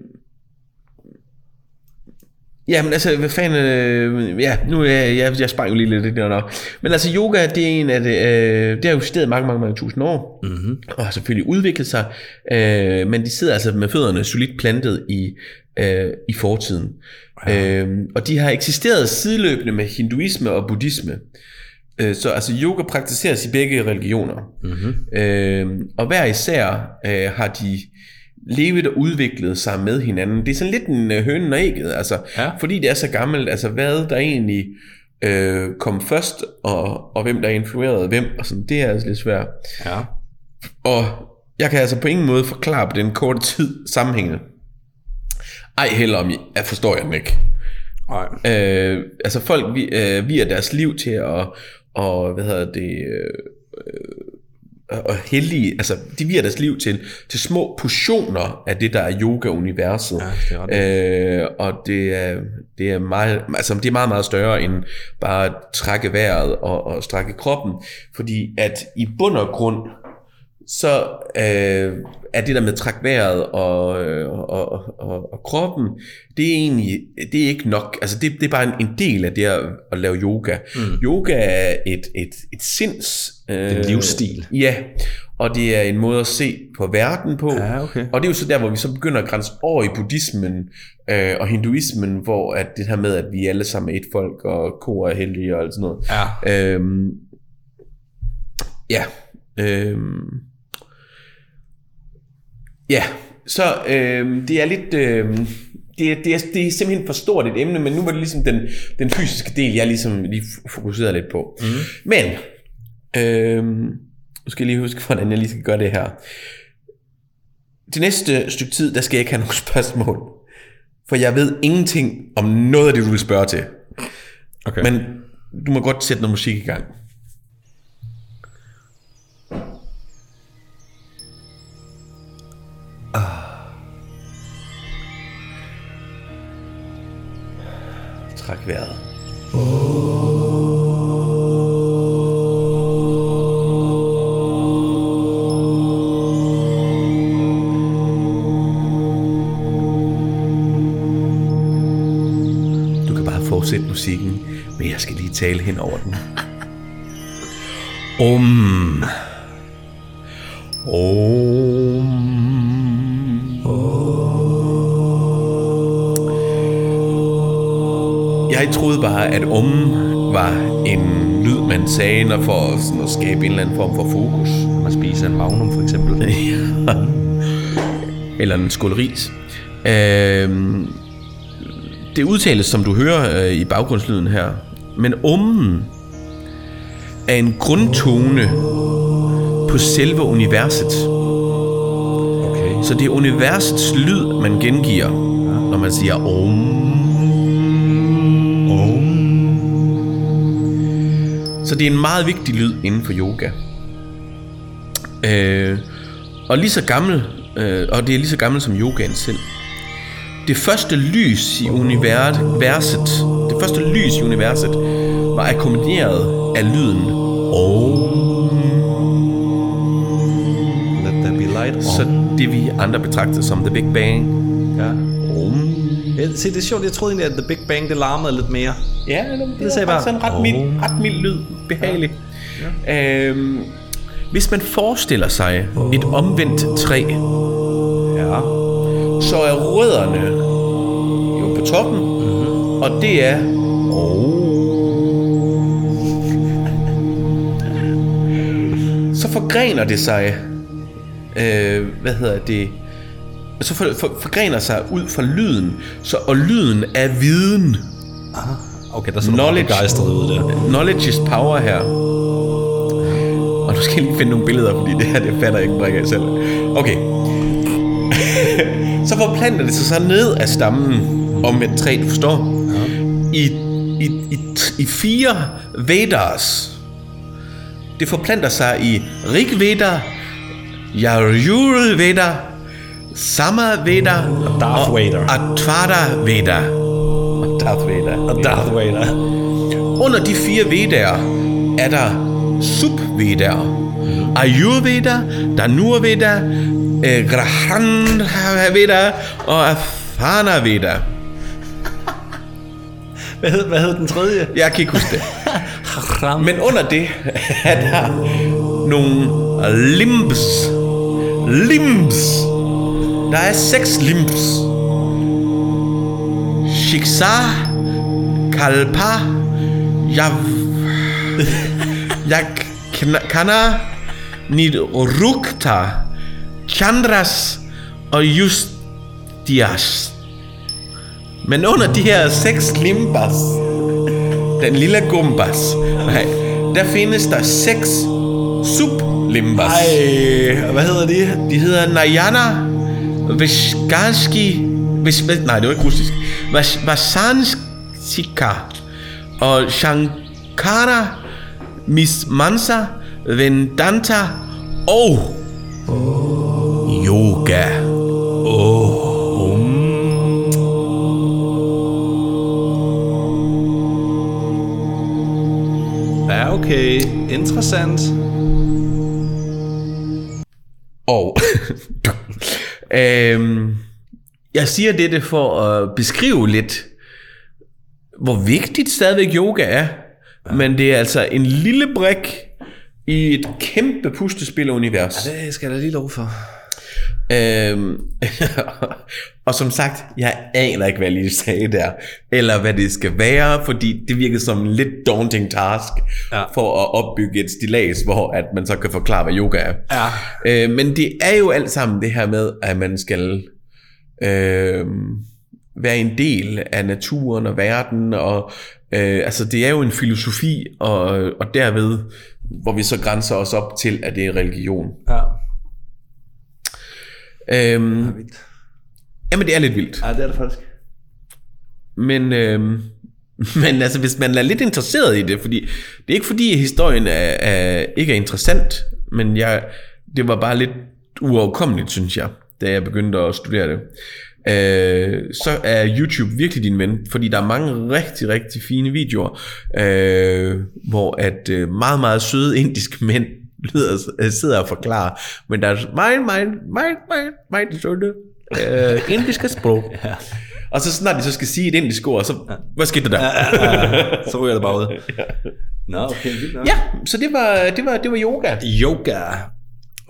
Speaker 2: Jamen altså, hvad fanden... Øh... Ja, nu er jeg, jeg, jeg sprang jo lige lidt det der. Nå. Men altså, yoga, det er en af det... Øh... Det har jo eksisteret i mange, mange, mange tusind år. Mm-hmm. Og har selvfølgelig udviklet sig. Øh... Men de sidder altså med fødderne solidt plantet i, øh... i fortiden. Ja. Øh... Og de har eksisteret sideløbende med hinduisme og buddhisme. Øh, Så altså yoga praktiseres i begge religioner. Mm-hmm. Øh, og hver især øh, har de levet og udviklet sig med hinanden. Det er sådan lidt en øh, hønen og ægget, altså,
Speaker 1: Ja.
Speaker 2: fordi det er så gammelt. Altså hvad der egentlig øh, kom først, og, og hvem der influerede hvem, og sådan, det er altså lidt svært.
Speaker 1: Ja.
Speaker 2: Og jeg kan altså på ingen måde forklare på den korte tid sammenhængende. Ej heller om, jeg forstår jeg den ikke.
Speaker 1: Nej.
Speaker 2: Øh, altså folk vi, øh, virer deres liv til at, og hvad hedder det, øh, øh, og heldige, altså de virer deres liv til, til små portioner af det, der er yoga-universet.
Speaker 1: det er
Speaker 2: øh, og det er, det, er meget, altså, det er meget, meget større end bare at trække vejret og, og strække kroppen, fordi at i bund og grund, så øh, er det der med at trække vejret og, øh, og, og, og kroppen, det er egentlig det er ikke nok. Altså det, det er bare en, en del af det at, at lave yoga. Mm. Yoga er et, et, et sinds... Øh, det
Speaker 1: er en livsstil.
Speaker 2: Ja, og det er en måde at se på verden på.
Speaker 1: Ja, okay.
Speaker 2: Og det er jo så der, hvor vi så begynder at grænse over i buddhismen øh, og hinduismen, hvor at det her med, at vi alle sammen er et folk, og kor er heldige og alt sådan noget.
Speaker 1: Ja.
Speaker 2: Øhm, ja. Øhm, ja, så øhm, det er lidt... Øhm, det, er, det, er, det er simpelthen for stort et emne, men nu var det ligesom den, den fysiske del, jeg ligesom lige f- fokuserede lidt på. Mm. Men, øhm, nu skal jeg lige huske, hvordan jeg lige skal gøre det her. Det næste stykke tid, der skal jeg ikke have nogen spørgsmål. For jeg ved ingenting om noget af det, du vil spørge til.
Speaker 1: Okay.
Speaker 2: Men du må godt sætte noget musik i gang. Ah. Træk vejret. Du kan bare fortsætte musikken, men jeg skal lige tale hen over den. Om. Om. Jeg troede bare, at om var en lyd, man sagde, når for sådan at skabe en eller anden form for fokus.
Speaker 1: Man spiser en magnum, for eksempel.
Speaker 2: eller en skål ris. Øhm, det udtales, som du hører øh, i baggrundslyden her, men ummen er en grundtone på selve universet.
Speaker 1: Okay.
Speaker 2: Så det er universets lyd, man gengiver, når man siger om. Så det er en meget vigtig lyd inden for yoga. Øh, og lige så gammel, øh, og det er lige så gammel som yogaen selv. Det første lys i universet, det første lys i universet, var akkompagneret af lyden Om.
Speaker 1: Let there be light.
Speaker 2: Så det vi andre betragter som The Big Bang.
Speaker 1: Ja.
Speaker 2: Om.
Speaker 1: Ja, Se, det er sjovt. Jeg troede egentlig, at The Big Bang, det larmede lidt mere.
Speaker 2: Ja, det, det
Speaker 1: sagde
Speaker 2: sagde
Speaker 1: bare,
Speaker 2: bare sådan en ret mild, ret mild lyd. Behagelig. Ja. Ja. Øhm, hvis man forestiller sig et omvendt træ,
Speaker 1: Ja.
Speaker 2: så er rødderne jo på toppen, mm-hmm. og det er... Oh. Så forgrener det sig... Øh, hvad hedder det? Så for, for, forgrener sig ud fra lyden, så, og lyden er viden.
Speaker 1: Okay, der er sådan
Speaker 2: Knowledge.
Speaker 1: nogle begejstrede ud der.
Speaker 2: Knowledge is power her. Og nu skal jeg lige finde nogle billeder, fordi det her, det fatter jeg ikke en brik af selv. Okay. så forplanter det sig så ned af stammen om et træ, du forstår. I, i, i, i fire Vedas. Det forplanter sig i Rig Veda, Yarjul Veda, Sama Veda og
Speaker 1: Darth Vader.
Speaker 2: Atvada Veda. Og Darth Vader.
Speaker 1: Og Darth Vader.
Speaker 2: Under de fire Vedaer er der subvedaer. Ayurveda, Danurveda, eh, Grahandhaveda og Afana Veda.
Speaker 3: Hvad hed, hvad hed den tredje?
Speaker 2: Jeg kan ikke huske det.
Speaker 3: Ram.
Speaker 2: Men under det er der nogle limbs. Limbs. Der er seks limbs. Shiksa, Kalpa, Yav... Yakana, Nirukta, Chandras og Justias. Men under de her seks limbas, den lille gumbas, nej, der findes der seks sublimbas.
Speaker 1: Ej, hvad hedder de?
Speaker 2: De hedder Najana Veskanski... Ves, hvad- nej, det var ikke russisk. Vas, Vasansika og Shankara Mismansa Vendanta og Yoga.
Speaker 1: Ja, okay. Interessant.
Speaker 2: Og øhm, jeg siger dette for at beskrive lidt, hvor vigtigt stadigvæk yoga er. Men det er altså en lille brik i et kæmpe puslespilunivers.
Speaker 1: Det skal jeg da lige lov for.
Speaker 2: Øhm, og som sagt, jeg aner ikke, hvad jeg lige sagde der, eller hvad det skal være, fordi det virkede som en lidt daunting task ja. for at opbygge et stilas, hvor at man så kan forklare, hvad yoga er.
Speaker 1: Ja.
Speaker 2: Øh, men det er jo alt sammen det her med, at man skal øh, være en del af naturen og verden, og øh, altså det er jo en filosofi, og, og derved, hvor vi så grænser os op til, at det er religion.
Speaker 1: Ja.
Speaker 2: Øhm, Jamen, det er lidt vildt.
Speaker 1: ja, det er det faktisk.
Speaker 2: Men, øhm, men altså, hvis man er lidt interesseret i det, fordi det er ikke fordi, historien er, er, ikke er interessant, men jeg, det var bare lidt uoverkommeligt, synes jeg, da jeg begyndte at studere det. Øh, så er YouTube virkelig din ven, fordi der er mange rigtig, rigtig fine videoer, øh, hvor at øh, meget, meget søde indiske mænd lyder, øh, sidder og forklarer, men der er meget, meget, meget, meget, meget søde øh, indiske sprog. Og så snart de så skal sige et indisk ord, så... Ja. Hvad skete der der? Ja, ja.
Speaker 1: Så ryger det bare ud. Nå, okay. Vildt nok.
Speaker 2: ja, så det var, det var, det var yoga.
Speaker 1: Yoga.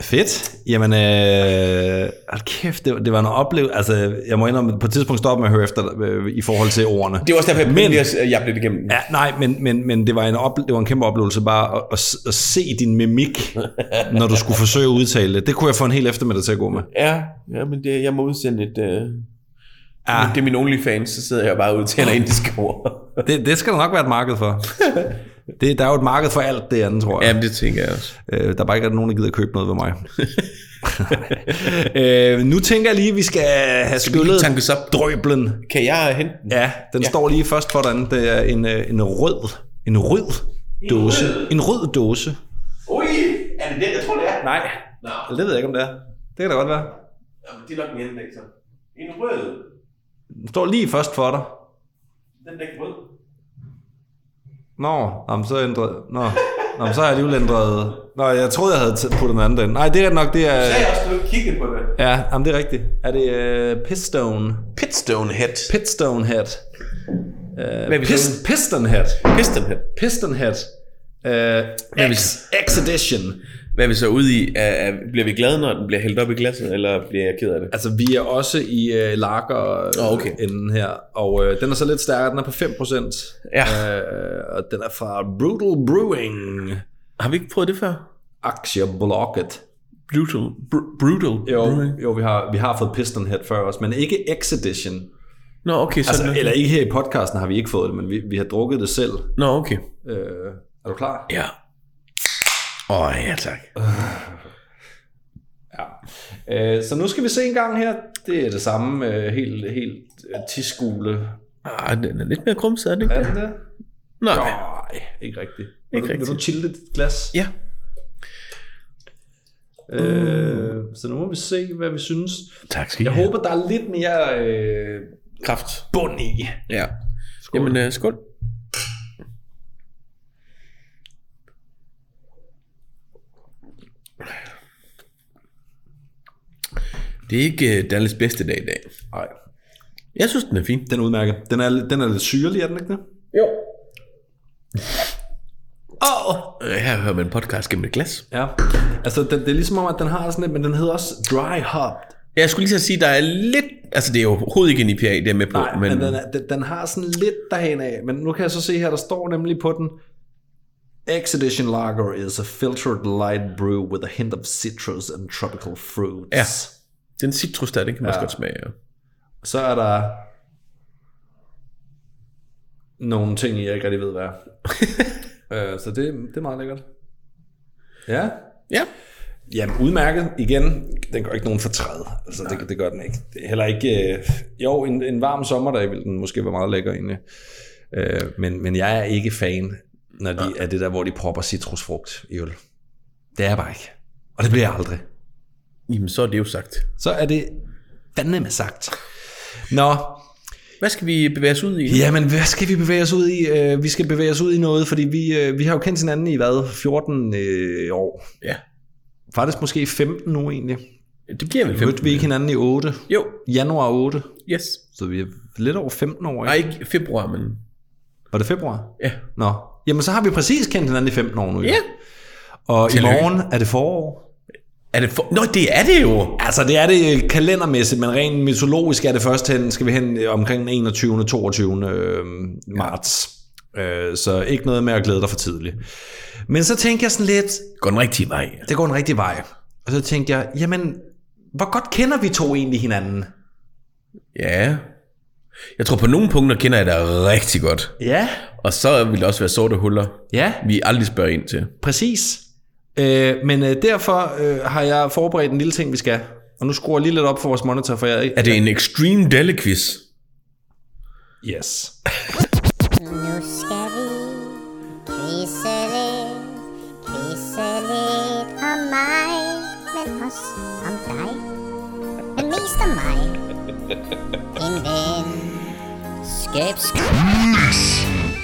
Speaker 1: Fedt. Jamen, øh, hold kæft, det, var- det var en oplevelse. Altså, jeg må indrømme, at på et tidspunkt stoppe med at høre efter øh, i forhold til ordene.
Speaker 2: Det var også derfor, jeg begyndte at at jappe lidt igennem.
Speaker 1: Ja, nej, men, men, men det, var en op, det var en kæmpe oplevelse bare at, at, s- at se din mimik, når du skulle forsøge at udtale det. Det kunne jeg få en hel eftermiddag til at gå med.
Speaker 2: ja, ja men det, jeg må udsende et... Øh,
Speaker 1: Ja.
Speaker 2: Det er min OnlyFans, så sidder jeg bare og udtaler indiske ord.
Speaker 1: Det, det skal der nok være et marked for. Det, der er jo et marked for alt det andet, tror jeg.
Speaker 2: Jamen, det tænker jeg også.
Speaker 1: Øh, der er bare ikke rigtig nogen, der gider købe noget ved mig. øh, nu tænker jeg lige, at vi skal have skyllet
Speaker 2: tankes op?
Speaker 1: drøblen.
Speaker 2: Kan jeg hente den?
Speaker 1: Ja, den ja. står lige først for dig. Det er en, øh, en rød, en rød dåse. En rød dåse.
Speaker 2: Ui, er det den, jeg tror, det er?
Speaker 1: Nej,
Speaker 2: Nå,
Speaker 1: det ved jeg ikke, om det er. Det kan da godt være.
Speaker 2: det er nok min anden, så. En rød.
Speaker 1: Den står lige først for dig.
Speaker 2: Den der rød.
Speaker 1: Nå, jamen, så ændrede... Nå. Nå, men så har jeg alligevel ændret... Nå, jeg troede, jeg havde t- puttet den anden derind. Nej, det er nok, det er...
Speaker 2: jeg også blevet kigget på den.
Speaker 1: Ja, jamen, det er rigtigt. Er det uh, Pitstone?
Speaker 2: Pitstone Head.
Speaker 1: Pitstone hat. Øh,
Speaker 2: Hvad er vi
Speaker 1: Pis,
Speaker 2: så?
Speaker 1: piston Øh, hat.
Speaker 2: Piston Head.
Speaker 1: Piston hat. Uh, X, X edition.
Speaker 2: Hvad er vi så ude i? Er, er, bliver vi glade, når den bliver hældt op i glasset, eller bliver jeg ked af det?
Speaker 1: Altså, vi er også i øh, lager
Speaker 2: Åh, okay.
Speaker 1: enden her, og øh, den er så lidt stærkere, den er på 5%,
Speaker 2: Ja.
Speaker 1: øh, og den er fra Brutal Brewing,
Speaker 2: Har vi ikke prøvet det før?
Speaker 1: aktieblocket.
Speaker 2: Brutal. Br- brutal.
Speaker 1: Jo,
Speaker 2: Brewing.
Speaker 1: jo vi, har, vi har fået Pistonhead før også, men ikke X-Edition.
Speaker 2: Nå, okay. Sådan
Speaker 1: Altså, eller ikke her i podcasten har vi ikke fået det, men vi, vi har drukket det selv.
Speaker 2: Nå, okay.
Speaker 1: Øh, er du klar?
Speaker 2: Ja. Åh, oh, ja tak.
Speaker 1: Øh, så nu skal vi se en gang her. Det er det samme, øh, helt, helt øh, tiskule.
Speaker 2: Ah, den er lidt mere krumset, er den ikke?
Speaker 1: Er
Speaker 2: Ja.
Speaker 1: det det?
Speaker 2: Nej.
Speaker 1: Nej, ikke rigtigt. Vil
Speaker 2: Ikke
Speaker 1: du- Vil du
Speaker 2: rigtigt.
Speaker 1: chille dit glas?
Speaker 2: Ja.
Speaker 1: Øh, så nu må vi se, hvad vi synes.
Speaker 2: Tak skal I
Speaker 1: Jeg
Speaker 2: have.
Speaker 1: håber, der er lidt mere øh,
Speaker 2: Kraft.
Speaker 1: bund i.
Speaker 2: Ja. Skål. Jamen, uh, skål. Det er ikke uh, Dallas bedste dag i dag.
Speaker 1: Nej,
Speaker 2: Jeg synes, den er fin.
Speaker 1: den er udmærket. Den er, den er lidt syrlig, er den ikke det?
Speaker 2: Jo. Åh! Oh. Her hører man podcast gennem et glas.
Speaker 1: Ja. Altså, den, det er ligesom om, at den har sådan lidt, men den hedder også dry hopped.
Speaker 2: Jeg skulle lige så sige, der er lidt... Altså, det er jo overhovedet ikke en IPA, det er jeg med på.
Speaker 1: Nej, men, men den, er, den, den har sådan lidt derhen af. Men nu kan jeg så se her, der står nemlig på den, X Edition Lager is a filtered light brew with a hint of citrus and tropical fruits.
Speaker 2: Ja. Den citrus der, den kan man også godt smage. Ja.
Speaker 1: Så er der nogle ting, jeg ikke rigtig ved, hvad er. øh, så det, det er meget lækkert. Ja.
Speaker 2: ja.
Speaker 1: Jamen, udmærket igen. Den gør ikke nogen fortræd. Altså, det, det gør den ikke. Det er heller ikke... Øh, jo, en, en varm sommerdag ville den måske være meget lækker egentlig. Øh, men, men jeg er ikke fan når de, af det der, hvor de propper citrusfrugt i øl. Det er jeg bare ikke. Og det bliver jeg aldrig.
Speaker 2: Jamen, så er det jo sagt.
Speaker 1: Så er det fandeme sagt. Nå,
Speaker 2: Hvad skal vi bevæge os ud i?
Speaker 1: Jamen, hvad skal vi bevæge os ud i? Øh, vi skal bevæge os ud i noget, fordi vi, øh, vi har jo kendt hinanden i hvad? 14 øh, år.
Speaker 2: ja.
Speaker 1: Faktisk måske 15 nu egentlig.
Speaker 2: Det bliver vel 15.
Speaker 1: Mødte vi ikke hinanden i 8?
Speaker 2: Jo,
Speaker 1: Januar 8.
Speaker 2: yes.
Speaker 1: Så vi er lidt over 15 år,
Speaker 2: Nej,
Speaker 1: ikke?
Speaker 2: ikke februar, men...
Speaker 1: Var det februar?
Speaker 2: Ja.
Speaker 1: Nå. Jamen, så har vi præcis kendt hinanden i 15 år nu. jo.
Speaker 2: Ja.
Speaker 1: Og
Speaker 2: Tillykke.
Speaker 1: i morgen er det forår.
Speaker 2: Er det for... Nå, det er det jo!
Speaker 1: Altså, det er det kalendermæssigt, men rent mytologisk er det først hen, skal vi hen øh, omkring den 21. 22. Øh, marts. Øh, så ikke noget med at glæde dig for tidligt. Men så tænker jeg sådan lidt,
Speaker 2: Går den rigtige vej.
Speaker 1: det går en rigtig vej. Og så tænkte jeg, jamen, hvor godt kender vi to egentlig hinanden?
Speaker 2: Ja. Jeg tror, på nogle punkter kender jeg dig rigtig godt.
Speaker 1: Ja.
Speaker 2: Og så vil der også være sorte huller,
Speaker 1: Ja,
Speaker 2: vi aldrig spørger ind til.
Speaker 1: præcis. Øh, men øh, derfor øh, har jeg forberedt en lille ting, vi skal. Og nu skruer jeg lige lidt op for vores monitor, for jeg
Speaker 2: Er det en extreme deliquiz?
Speaker 1: Yes.
Speaker 5: Nu skal vi quizze lidt, quizze lidt om mig, men også om dig. Men mest om mig. En ven. Skabs.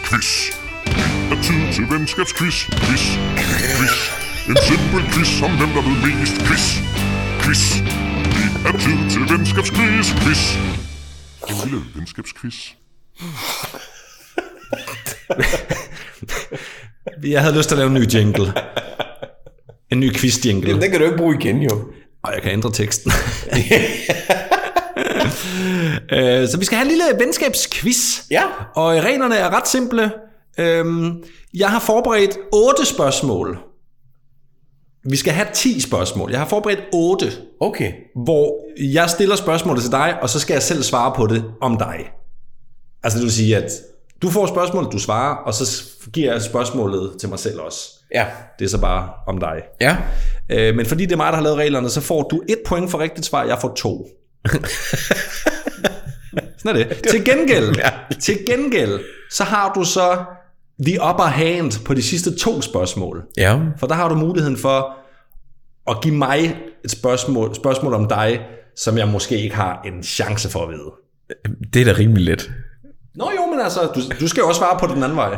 Speaker 6: quiz. Det er tid til venskabsquiz. Quiz, quiz. En simpel quiz om hvem der ved mest. Quiz, quiz. Det er tid til venskabsquiz. Quiz. En lille venskabsquiz.
Speaker 1: Jeg havde lyst til at lave en ny jingle. En ny quiz-jingle.
Speaker 2: Den kan du ikke bruge igen, jo.
Speaker 1: Og jeg kan ændre teksten. Øh, så vi skal have en lille venskabsquiz.
Speaker 2: Ja.
Speaker 1: Og øh, reglerne er ret simple. Øhm, jeg har forberedt otte spørgsmål. Vi skal have 10 spørgsmål. Jeg har forberedt 8,
Speaker 2: Okay.
Speaker 1: hvor jeg stiller spørgsmålet til dig, og så skal jeg selv svare på det om dig. Altså det vil sige, at du får spørgsmålet, du svarer, og så s- giver jeg spørgsmålet til mig selv også.
Speaker 2: Ja.
Speaker 1: Det er så bare om dig.
Speaker 2: Ja.
Speaker 1: Øh, men fordi det er mig, der har lavet reglerne, så får du et point for rigtigt svar, jeg får to. Sådan er det. Til gengæld, til gengæld, så har du så the upper hand på de sidste to spørgsmål.
Speaker 2: Ja.
Speaker 1: For der har du muligheden for at give mig et spørgsmål, spørgsmål om dig, som jeg måske ikke har en chance for at vide.
Speaker 2: Det er da rimelig let.
Speaker 1: Nå jo, men altså, du, du skal jo også svare på den anden vej.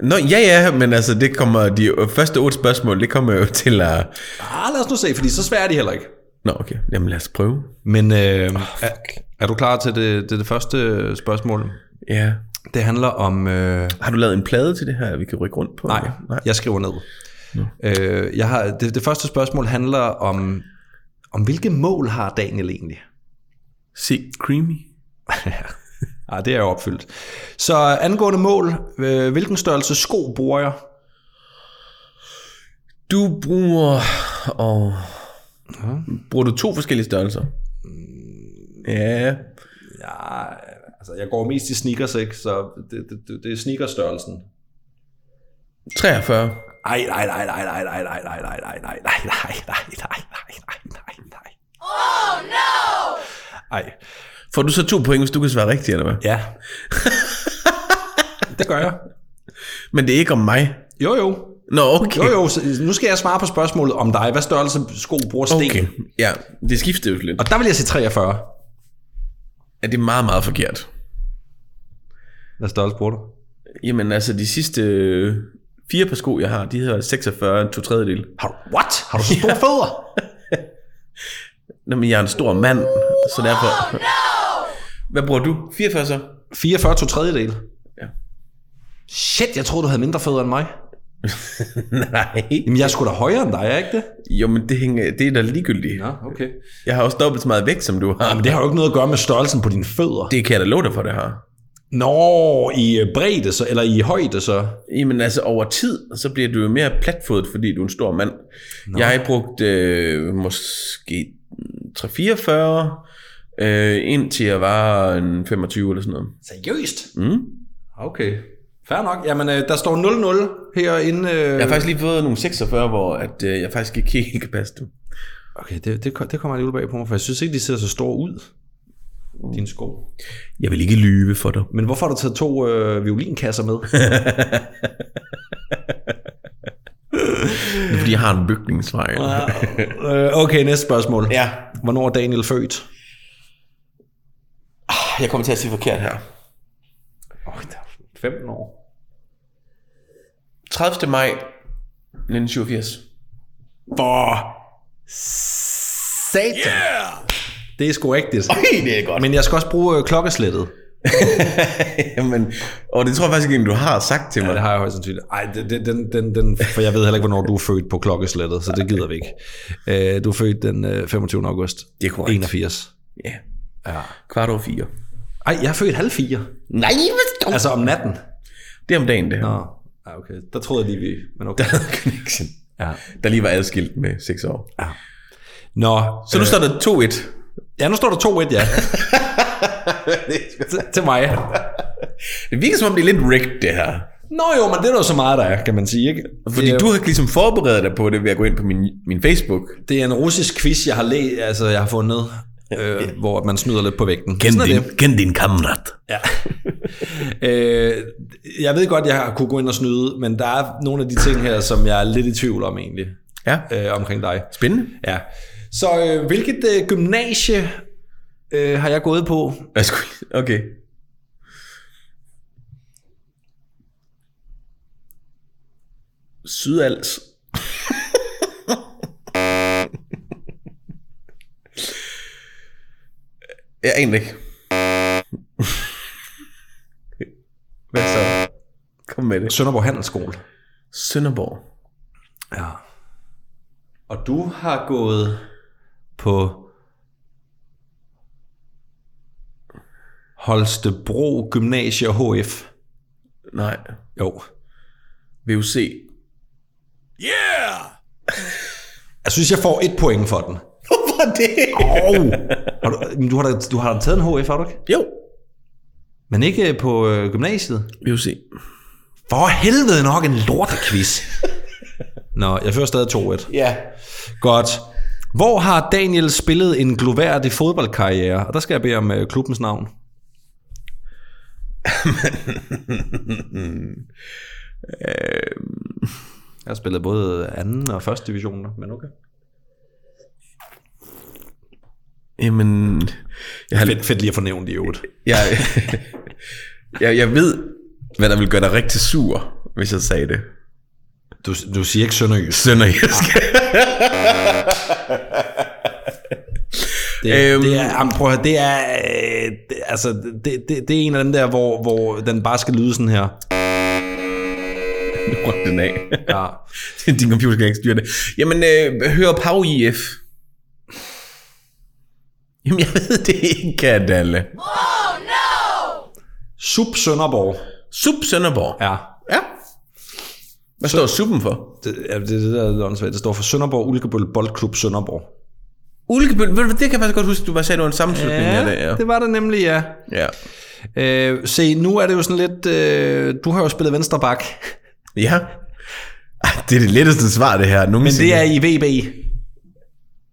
Speaker 2: Nå, ja, ja, men altså, det kommer, de første otte spørgsmål, det kommer jo til at...
Speaker 1: Ah, lad os nu se, fordi så svært er de heller ikke.
Speaker 2: Nå, okay, jamen lad os prøve.
Speaker 1: Men øh, oh, er, er du klar til det, det, det første spørgsmål?
Speaker 2: Ja.
Speaker 1: Det handler om... Øh,
Speaker 2: Har du lavet en plade til det her, vi kan rykke rundt på?
Speaker 1: nej,
Speaker 2: Nej.
Speaker 1: jeg skriver ned. Øh, jeg har, det, det første spørgsmål handler om, om hvilke mål har Daniel egentlig?
Speaker 2: Se, creamy.
Speaker 1: Ah, det er jo opfyldt. Så angående mål, øh, hvilken størrelse sko bruger jeg?
Speaker 2: Du bruger... Og... Bruger du to forskellige størrelser?
Speaker 1: Mm.
Speaker 2: Ja.
Speaker 1: Ja, altså, jeg går mest i sneakers, ikke? Så det, det, det, det er sneakerstørrelsen.
Speaker 2: 43.
Speaker 1: Ej, nej, nej, nej, nej, nej, nej, nej, nej, nej, nej, nej, nej, nej, nej, nej, nej, nej, nej. Oh, no! Ej,
Speaker 2: Får du så to point, hvis du kan svare rigtigt, eller hvad?
Speaker 1: ja. det gør jeg.
Speaker 2: Men det er ikke om mig.
Speaker 1: Jo, jo.
Speaker 2: Nå, okay.
Speaker 1: Jo, jo, så nu skal jeg svare på spørgsmålet om dig. Hvad størrelse sko bruger sten?
Speaker 2: Okay. Ja, det skifter jo lidt.
Speaker 1: Og der vil jeg sige 43.
Speaker 2: Ja, det er meget, meget forkert.
Speaker 1: Hvad størrelse bruger du?
Speaker 2: Jamen altså, de sidste øh, fire par sko, jeg har, de hedder 46, to tredjedel.
Speaker 1: Har du, what? Har du så store fødder?
Speaker 2: Nå, men jeg er en stor mand, så derfor... Oh, no! Hvad bruger du? 44 så?
Speaker 1: 44 to tredjedel.
Speaker 2: Ja.
Speaker 1: Shit, jeg troede, du havde mindre fødder end mig.
Speaker 2: Nej.
Speaker 1: Jamen, jeg er sgu da højere end dig, er jeg ikke det?
Speaker 2: Jo, men det, hænger, det er da ligegyldigt.
Speaker 1: Ja, Ah, okay.
Speaker 2: Jeg har også dobbelt så meget vægt, som du har.
Speaker 1: Jamen, Ah, det har jo ikke noget at gøre med størrelsen på dine fødder.
Speaker 2: Det kan jeg da love dig for, det har.
Speaker 1: Nå, i øh, bredde så, eller i højde så.
Speaker 2: Jamen altså, over tid, så bliver du jo mere platfodet, fordi du er en stor mand. Nå. Jeg har brugt øh, måske 344, øh, indtil jeg var en 25 eller sådan noget.
Speaker 1: Seriøst? Ah,
Speaker 2: Mm.
Speaker 1: Okay. Fair nok. Jamen, øh, der står 0-0 herinde. Øh...
Speaker 2: Jeg har faktisk lige fået nogle 46, hvor at, øh, jeg faktisk ikke helt kan passe dem.
Speaker 1: Okay, det, det, ko- det kommer alligevel bag på mig, for jeg synes ikke, de ser så store ud, dine sko.
Speaker 2: Jeg vil ikke lyve for dig.
Speaker 1: Men hvorfor har du taget to øh, violinkasser med?
Speaker 2: Det er, fordi jeg har en bygningsfejl.
Speaker 1: øh, okay, næste spørgsmål.
Speaker 2: Ja.
Speaker 1: Hvornår er Daniel født?
Speaker 2: Jeg kommer til at sige forkert her.
Speaker 1: Oh, 15 år.
Speaker 2: 30. maj 1987.
Speaker 1: For satan. Yeah! Det er sgu rigtigt.
Speaker 2: Hey, det er godt.
Speaker 1: Men jeg skal også bruge øh, klokkeslættet.
Speaker 2: Jamen, og det tror jeg faktisk ikke, du har sagt til mig.
Speaker 1: Ja, det har jeg højst sandsynligt. Ej, det- det- den, den, den, for jeg ved heller ikke, hvornår du er født på klokkeslættet, så det gider vi ikke. Øh, Du er født den øh, 25. august.
Speaker 2: Det er korrekt.
Speaker 1: 81.
Speaker 2: Ja. ja. Kvart over fire.
Speaker 1: Ej, jeg er født halv fire.
Speaker 2: Nej, hvad altså,
Speaker 1: Altså om natten.
Speaker 2: Det er om dagen, det her.
Speaker 1: Nå, ah, okay. Der troede jeg lige, vi... Men okay.
Speaker 2: Der er connection.
Speaker 1: Ja.
Speaker 2: Der lige var adskilt med 6 år.
Speaker 1: Nå,
Speaker 2: Så nu står der 2-1.
Speaker 1: ja, nu står der 2-1, ja. Til- til mig.
Speaker 2: Det virker som om, det er lidt rigged, det her.
Speaker 1: Nå jo, men det er jo så meget, der er, kan man sige, ikke?
Speaker 2: Fordi
Speaker 1: det, er-
Speaker 2: du har ligesom forberedt dig på det ved at gå ind på min, min Facebook.
Speaker 1: det er en russisk quiz, jeg har, læ- altså, jeg har fundet, øh, hvor man snyder lidt på vægten. Sådan er det.
Speaker 2: kend din kammerat.
Speaker 1: Ja. øh, jeg ved godt, jeg har kunne gå ind og snyde, men der er nogle af de ting her, som jeg er lidt i tvivl om egentlig,
Speaker 2: Ja,
Speaker 1: øh, omkring dig.
Speaker 2: spændende.
Speaker 1: Ja. Så øh, hvilket øh, gymnasie øh, har jeg gået på?
Speaker 2: Jeg skulle- Okay. Sydals. Jeg aner ikke. Hvad så? Kom med det.
Speaker 1: Sønderborg Handelsskole.
Speaker 2: Sønderborg.
Speaker 1: Ja. Og du har gået på Holstebro Gymnasie og HF.
Speaker 2: Nej.
Speaker 1: Jo.
Speaker 2: VUC.
Speaker 1: Jeg synes, jeg får et point for den.
Speaker 2: Hvorfor det?
Speaker 1: Oh, har du, men du, har da, du har da taget en HF, har du ikke?
Speaker 2: Jo.
Speaker 1: Men ikke øh, på øh, gymnasiet?
Speaker 2: VUC.
Speaker 1: For helvede nok en lortequiz. Nå, jeg fører stadig 2-1.
Speaker 2: Ja.
Speaker 1: Godt. Hvor har Daniel spillet en gloværdig fodboldkarriere? Og der skal jeg bede om øh, klubbens navn. Øhm. Jeg har spillet både anden og første divisioner, men okay.
Speaker 2: Jamen, jeg har,
Speaker 1: fedt lige at fornævne det i øvrigt.
Speaker 2: jeg, jeg, jeg ved, hvad der vil gøre dig rigtig sur, hvis jeg sagde det.
Speaker 1: Du, du siger ikke sønderjysk. Ah.
Speaker 2: Sønderjysk.
Speaker 1: Det, øhm,
Speaker 2: Øhm.
Speaker 1: det er, jamen, prøv at høre, det er, øh, det, altså, det, det, det er en af Ah. dem der, hvor, hvor den bare skal lyde sådan her.
Speaker 2: Nu røg den af.
Speaker 1: Ja.
Speaker 2: Din computer kan ikke styre det. Jamen, øh, hører Pau IF? Jamen, jeg ved det ikke, Kadalle.
Speaker 1: Sub Sønderborg.
Speaker 2: Sub Sønderborg.
Speaker 1: Ja.
Speaker 2: ja. Hvad står suppen for?
Speaker 1: Det, ja, det, det der er åndssvagt. Det står for Sønderborg Ulkebøl Boldklub Sønderborg.
Speaker 2: Ulkebøl, ved du hvad, det kan jeg faktisk godt huske, du var sagde, det var en sammenslutning af det. Ja.
Speaker 1: det var det nemlig, ja.
Speaker 2: ja.
Speaker 1: Øh, se, nu er det jo sådan lidt... Øh, du har jo spillet venstre bak,
Speaker 2: ja. Ah, Det er det letteste svar, det her.
Speaker 1: men
Speaker 2: Nogensinde.
Speaker 1: det er i VB.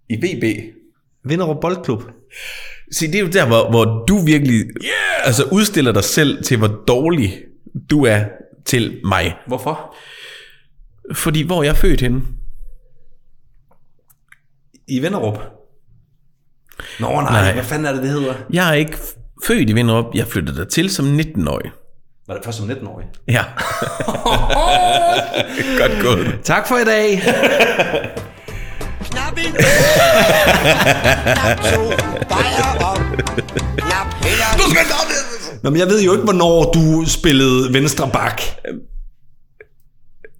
Speaker 2: i VB.
Speaker 1: Vinderup Boldklub.
Speaker 2: Se, det er jo der, hvor, hvor du virkelig yeah! altså, udstiller dig selv til, hvor dårlig du er til mig.
Speaker 1: Hvorfor?
Speaker 2: Fordi hvor er jeg født henne?
Speaker 1: I Vinderup. Nå nej,
Speaker 2: Nej.
Speaker 1: nej, hvad fanden er det, det hedder?
Speaker 2: Jeg er ikke f- født i Vinderup. Jeg flyttede der til som 19-årig.
Speaker 1: Var det først som 19-årig?
Speaker 2: Ja. Godt gået.
Speaker 1: Tak for i dag.
Speaker 7: Knap en øl, knap to bajer op. Knap heller... Du skal stoppe
Speaker 1: Nå, men jeg ved jo ikke, hvornår du spillede venstre bak.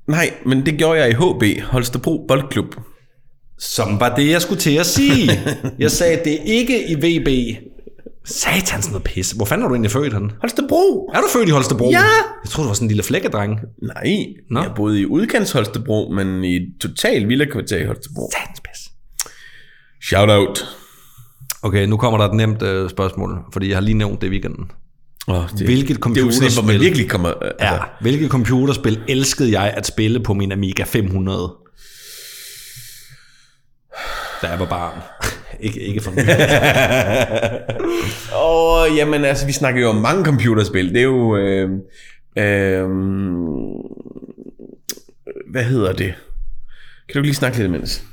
Speaker 2: Nej, men det gjorde jeg i HB, Holstebro Boldklub.
Speaker 1: Som var det, jeg skulle til at sige. Jeg sagde, det er ikke i VB. Satans noget pisse. Hvor fanden er du egentlig født han?
Speaker 2: Holstebro?
Speaker 1: Er du født i Holstebro?
Speaker 2: Ja.
Speaker 1: Jeg troede, du var sådan en lille flækkedreng.
Speaker 2: Nej,
Speaker 1: Nå.
Speaker 2: jeg boede i udkants Holstebro, men i et total villakvarter i Holstebro.
Speaker 1: Satans pisse.
Speaker 2: Shout out.
Speaker 1: Okay, nu kommer der et nemt øh, spørgsmål, fordi jeg har lige nævnt det i weekenden.
Speaker 2: Oh, det,
Speaker 1: Hvilket
Speaker 2: Det er jo sådan, et, hvor man
Speaker 1: computerspil?
Speaker 2: virkelig kommer... Altså,
Speaker 1: Ja. Hvilket computerspil elskede jeg at spille på min Amiga 500? Da jeg var barn. ikke, ikke for nylig.
Speaker 2: Åh, jamen altså, vi snakker jo om mange computerspil. Det er jo... Øh, øh, hvad hedder det? Kan du lige snakke lidt imens?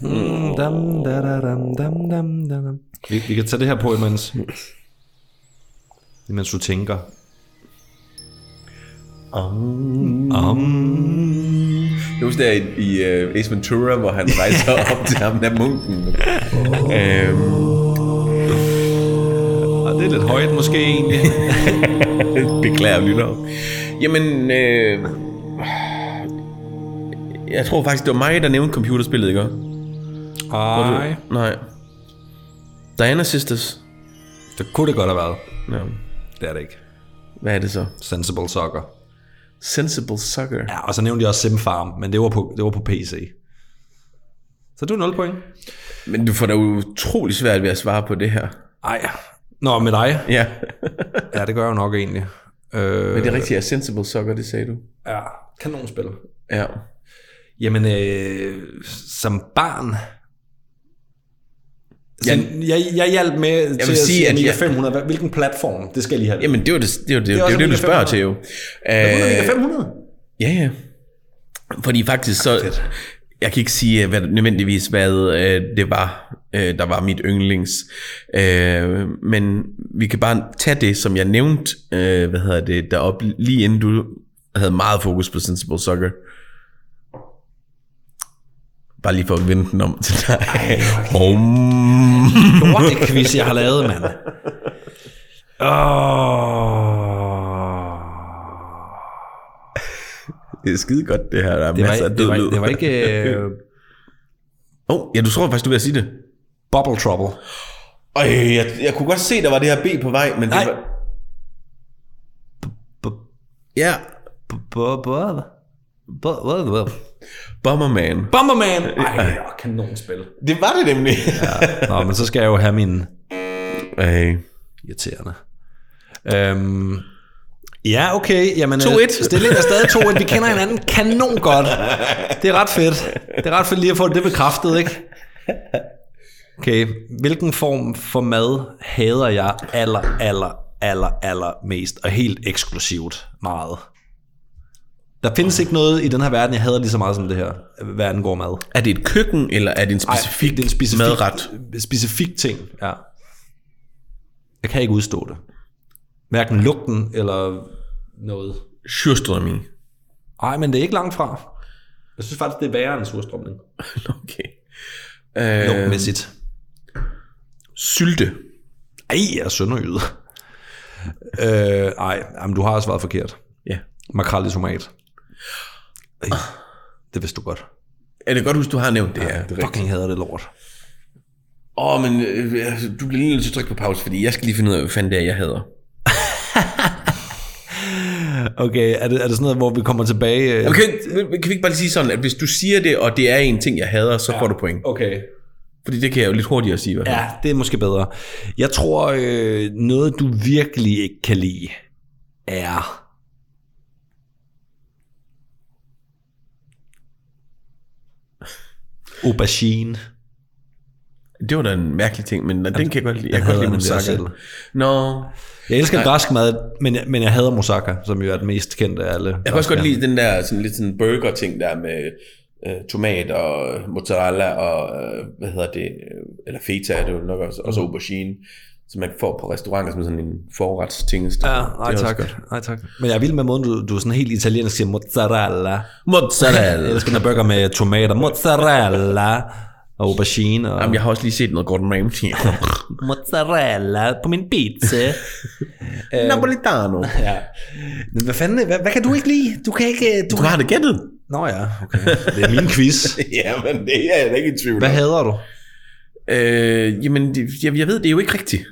Speaker 1: Dam, da, da, dam, dam, dam, da, dam. Vi, vi kan tage det her på, imens, imens du tænker.
Speaker 2: Jeg husker der i, i uh, Ace Ventura, hvor han rejser op til ham der munken. øhm,
Speaker 1: Og det er lidt højt måske egentlig.
Speaker 2: beklager lytter. Jamen, øh, jeg tror faktisk, det var mig, der nævnte computerspillet, ikke?
Speaker 1: Nej.
Speaker 2: Nej. Diana Sisters.
Speaker 1: Det kunne det godt have været.
Speaker 2: Ja.
Speaker 1: Det er det ikke.
Speaker 2: Hvad er det så?
Speaker 1: Sensible Soccer.
Speaker 2: Sensible Sucker.
Speaker 1: Ja, og så nævnte jeg også Simfarm, men det var på, det var på PC. Så du er 0 point.
Speaker 2: Men du får da utrolig svært ved at svare på det her.
Speaker 1: Ej. Nå, med dig.
Speaker 2: Ja.
Speaker 1: Ja, det gør jeg jo nok egentlig. Øh,
Speaker 2: Men det er rigtigt, at Sensible Sucker, det sagde du.
Speaker 1: Ja, kanonspil.
Speaker 2: Ja.
Speaker 1: Jamen, øh, som barn... Så
Speaker 2: Jeg-
Speaker 1: jeg, jeg hjalp med jeg til at
Speaker 2: sige,
Speaker 1: sige,
Speaker 2: at
Speaker 1: at
Speaker 2: jeg-
Speaker 1: Amiga 500, hvad- hvilken platform, det skal jeg lige have.
Speaker 2: Jamen, det er jo det, det, er jo det, det, er
Speaker 1: også
Speaker 2: jo det du
Speaker 1: Amiga
Speaker 2: spørger
Speaker 1: 500.
Speaker 2: til, jo.
Speaker 1: Hun er Amiga
Speaker 2: Øh,
Speaker 1: 500?
Speaker 2: ja, ja. Fordi faktisk så... Jeg kan ikke sige hvad, nødvendigvis, hvad øh, det var, øh, der var mit yndlings. Øh, men vi kan bare tage det, som jeg nævnte, øh, hvad hedder det, deroppe, lige inden du havde meget fokus på Sensible Soccer. Bare lige for at vende den om til dig. Om.
Speaker 1: Lortequiz, jeg har lavet, mand. Oh.
Speaker 2: Det er skide godt, det her. Der er
Speaker 1: Det, var,
Speaker 2: masser af
Speaker 1: ikke-
Speaker 2: død
Speaker 1: Altså, det, var,
Speaker 2: lyd.
Speaker 1: ikke- det var ikke øh,
Speaker 2: oh, ja, du tror faktisk, du vil sige det.
Speaker 1: Bubble Trouble.
Speaker 2: Øj, jeg, jeg kunne godt se, der var det her B på vej, men det
Speaker 1: Nej.
Speaker 2: var... Ja, Bomberman.
Speaker 1: Bomberman! Ej, ja, kanonspil.
Speaker 2: Det var det nemlig.
Speaker 1: Nå, men så skal jeg jo have min
Speaker 2: Ej.
Speaker 1: irriterende. Øhm, ja, okay. Jamen, øh,
Speaker 2: 2-1.
Speaker 1: Stillingen er stadig 2-1. Vi kender hinanden kanon godt. Det er ret fedt. Det er ret fedt lige at få det bekræftet, ikke? Okay, hvilken form for mad hader jeg aller, aller, aller, aller mest, og helt eksklusivt meget? Der findes ikke noget i den her verden, jeg hader lige så meget som det her, hvad angår mad.
Speaker 2: Er det et køkken, eller er det en specifik,
Speaker 1: Ej, det er en specifik
Speaker 2: madret?
Speaker 1: Specifik ting, ja. Jeg kan ikke udstå det. Hverken lugten eller noget.
Speaker 2: Surstrømming.
Speaker 1: Nej, men det er ikke langt fra. Jeg synes faktisk, det er værre end surstrømning.
Speaker 2: Okay. Øh,
Speaker 1: Lugtmæssigt.
Speaker 2: sylte.
Speaker 1: Ej, jeg er sønderjyde. øh, ej, jamen, du har også været forkert.
Speaker 2: Ja.
Speaker 1: Makrel i tomat. Ej, det vidste du godt.
Speaker 2: Jeg kan godt huske, du har nævnt det her. Det er rigtigt.
Speaker 1: Fucking hader det lort.
Speaker 2: Åh, oh, men øh, altså, du bliver lige nødt til at trykke på pause, fordi jeg skal lige finde ud af, hvad fanden det er, jeg hader.
Speaker 1: Okay, er det, er det sådan noget, hvor vi kommer tilbage? øh,
Speaker 2: Jamen, kan, vi- kan vi ikke bare lige sige sådan, at hvis du siger det, og det er en ting, jeg hader, så ja. får du point?
Speaker 1: Okay.
Speaker 2: Fordi det kan jeg jo lidt hurtigere sige, hvad
Speaker 1: Ja, det er måske bedre. Jeg tror, øh, noget du virkelig ikke kan lide, er... Aubergine.
Speaker 2: Det var da en mærkelig ting, men den kan jeg godt lide. Jeg kan godt lide
Speaker 1: hader nemlig også
Speaker 2: moussaka. Nå,
Speaker 1: Jeg elsker græsk mad, men, jeg- men jeg hader moussaka, som jo er den mest kendte af alle.
Speaker 2: jeg kan også godt lide den der sådan, lidt sådan burger-ting der med øh, tomat og mozzarella og, øh, hvad hedder det, øh, eller feta er det jo nok også, og så aubergine, som man får på restauranter som sådan en forretstingest.
Speaker 1: Ja, nej tak. nej tak. Men jeg er vild med måden, du, du er sådan helt italiensk siger mozzarella. Jeg
Speaker 2: Mozzarella.
Speaker 1: elsker den burger med tomater. Mozzarella og aubergine. Og...
Speaker 2: Jamen, jeg har også lige set noget Gordon Ramsay.
Speaker 3: Mozzarella på min pizza.
Speaker 2: Napolitano.
Speaker 1: Ja. Men hvad fanden, hvad, hvad kan du ikke lide? Du kan ikke... øh, Du...
Speaker 2: Du har det gættet.
Speaker 1: Nå ja, okay. Det er min quiz.
Speaker 2: Jamen, det er jeg da ikke i tvivl
Speaker 1: Hvad
Speaker 2: om.
Speaker 1: hader du?
Speaker 2: Øh, jamen, det, jeg, jeg ved, det er jo ikke rigtigt.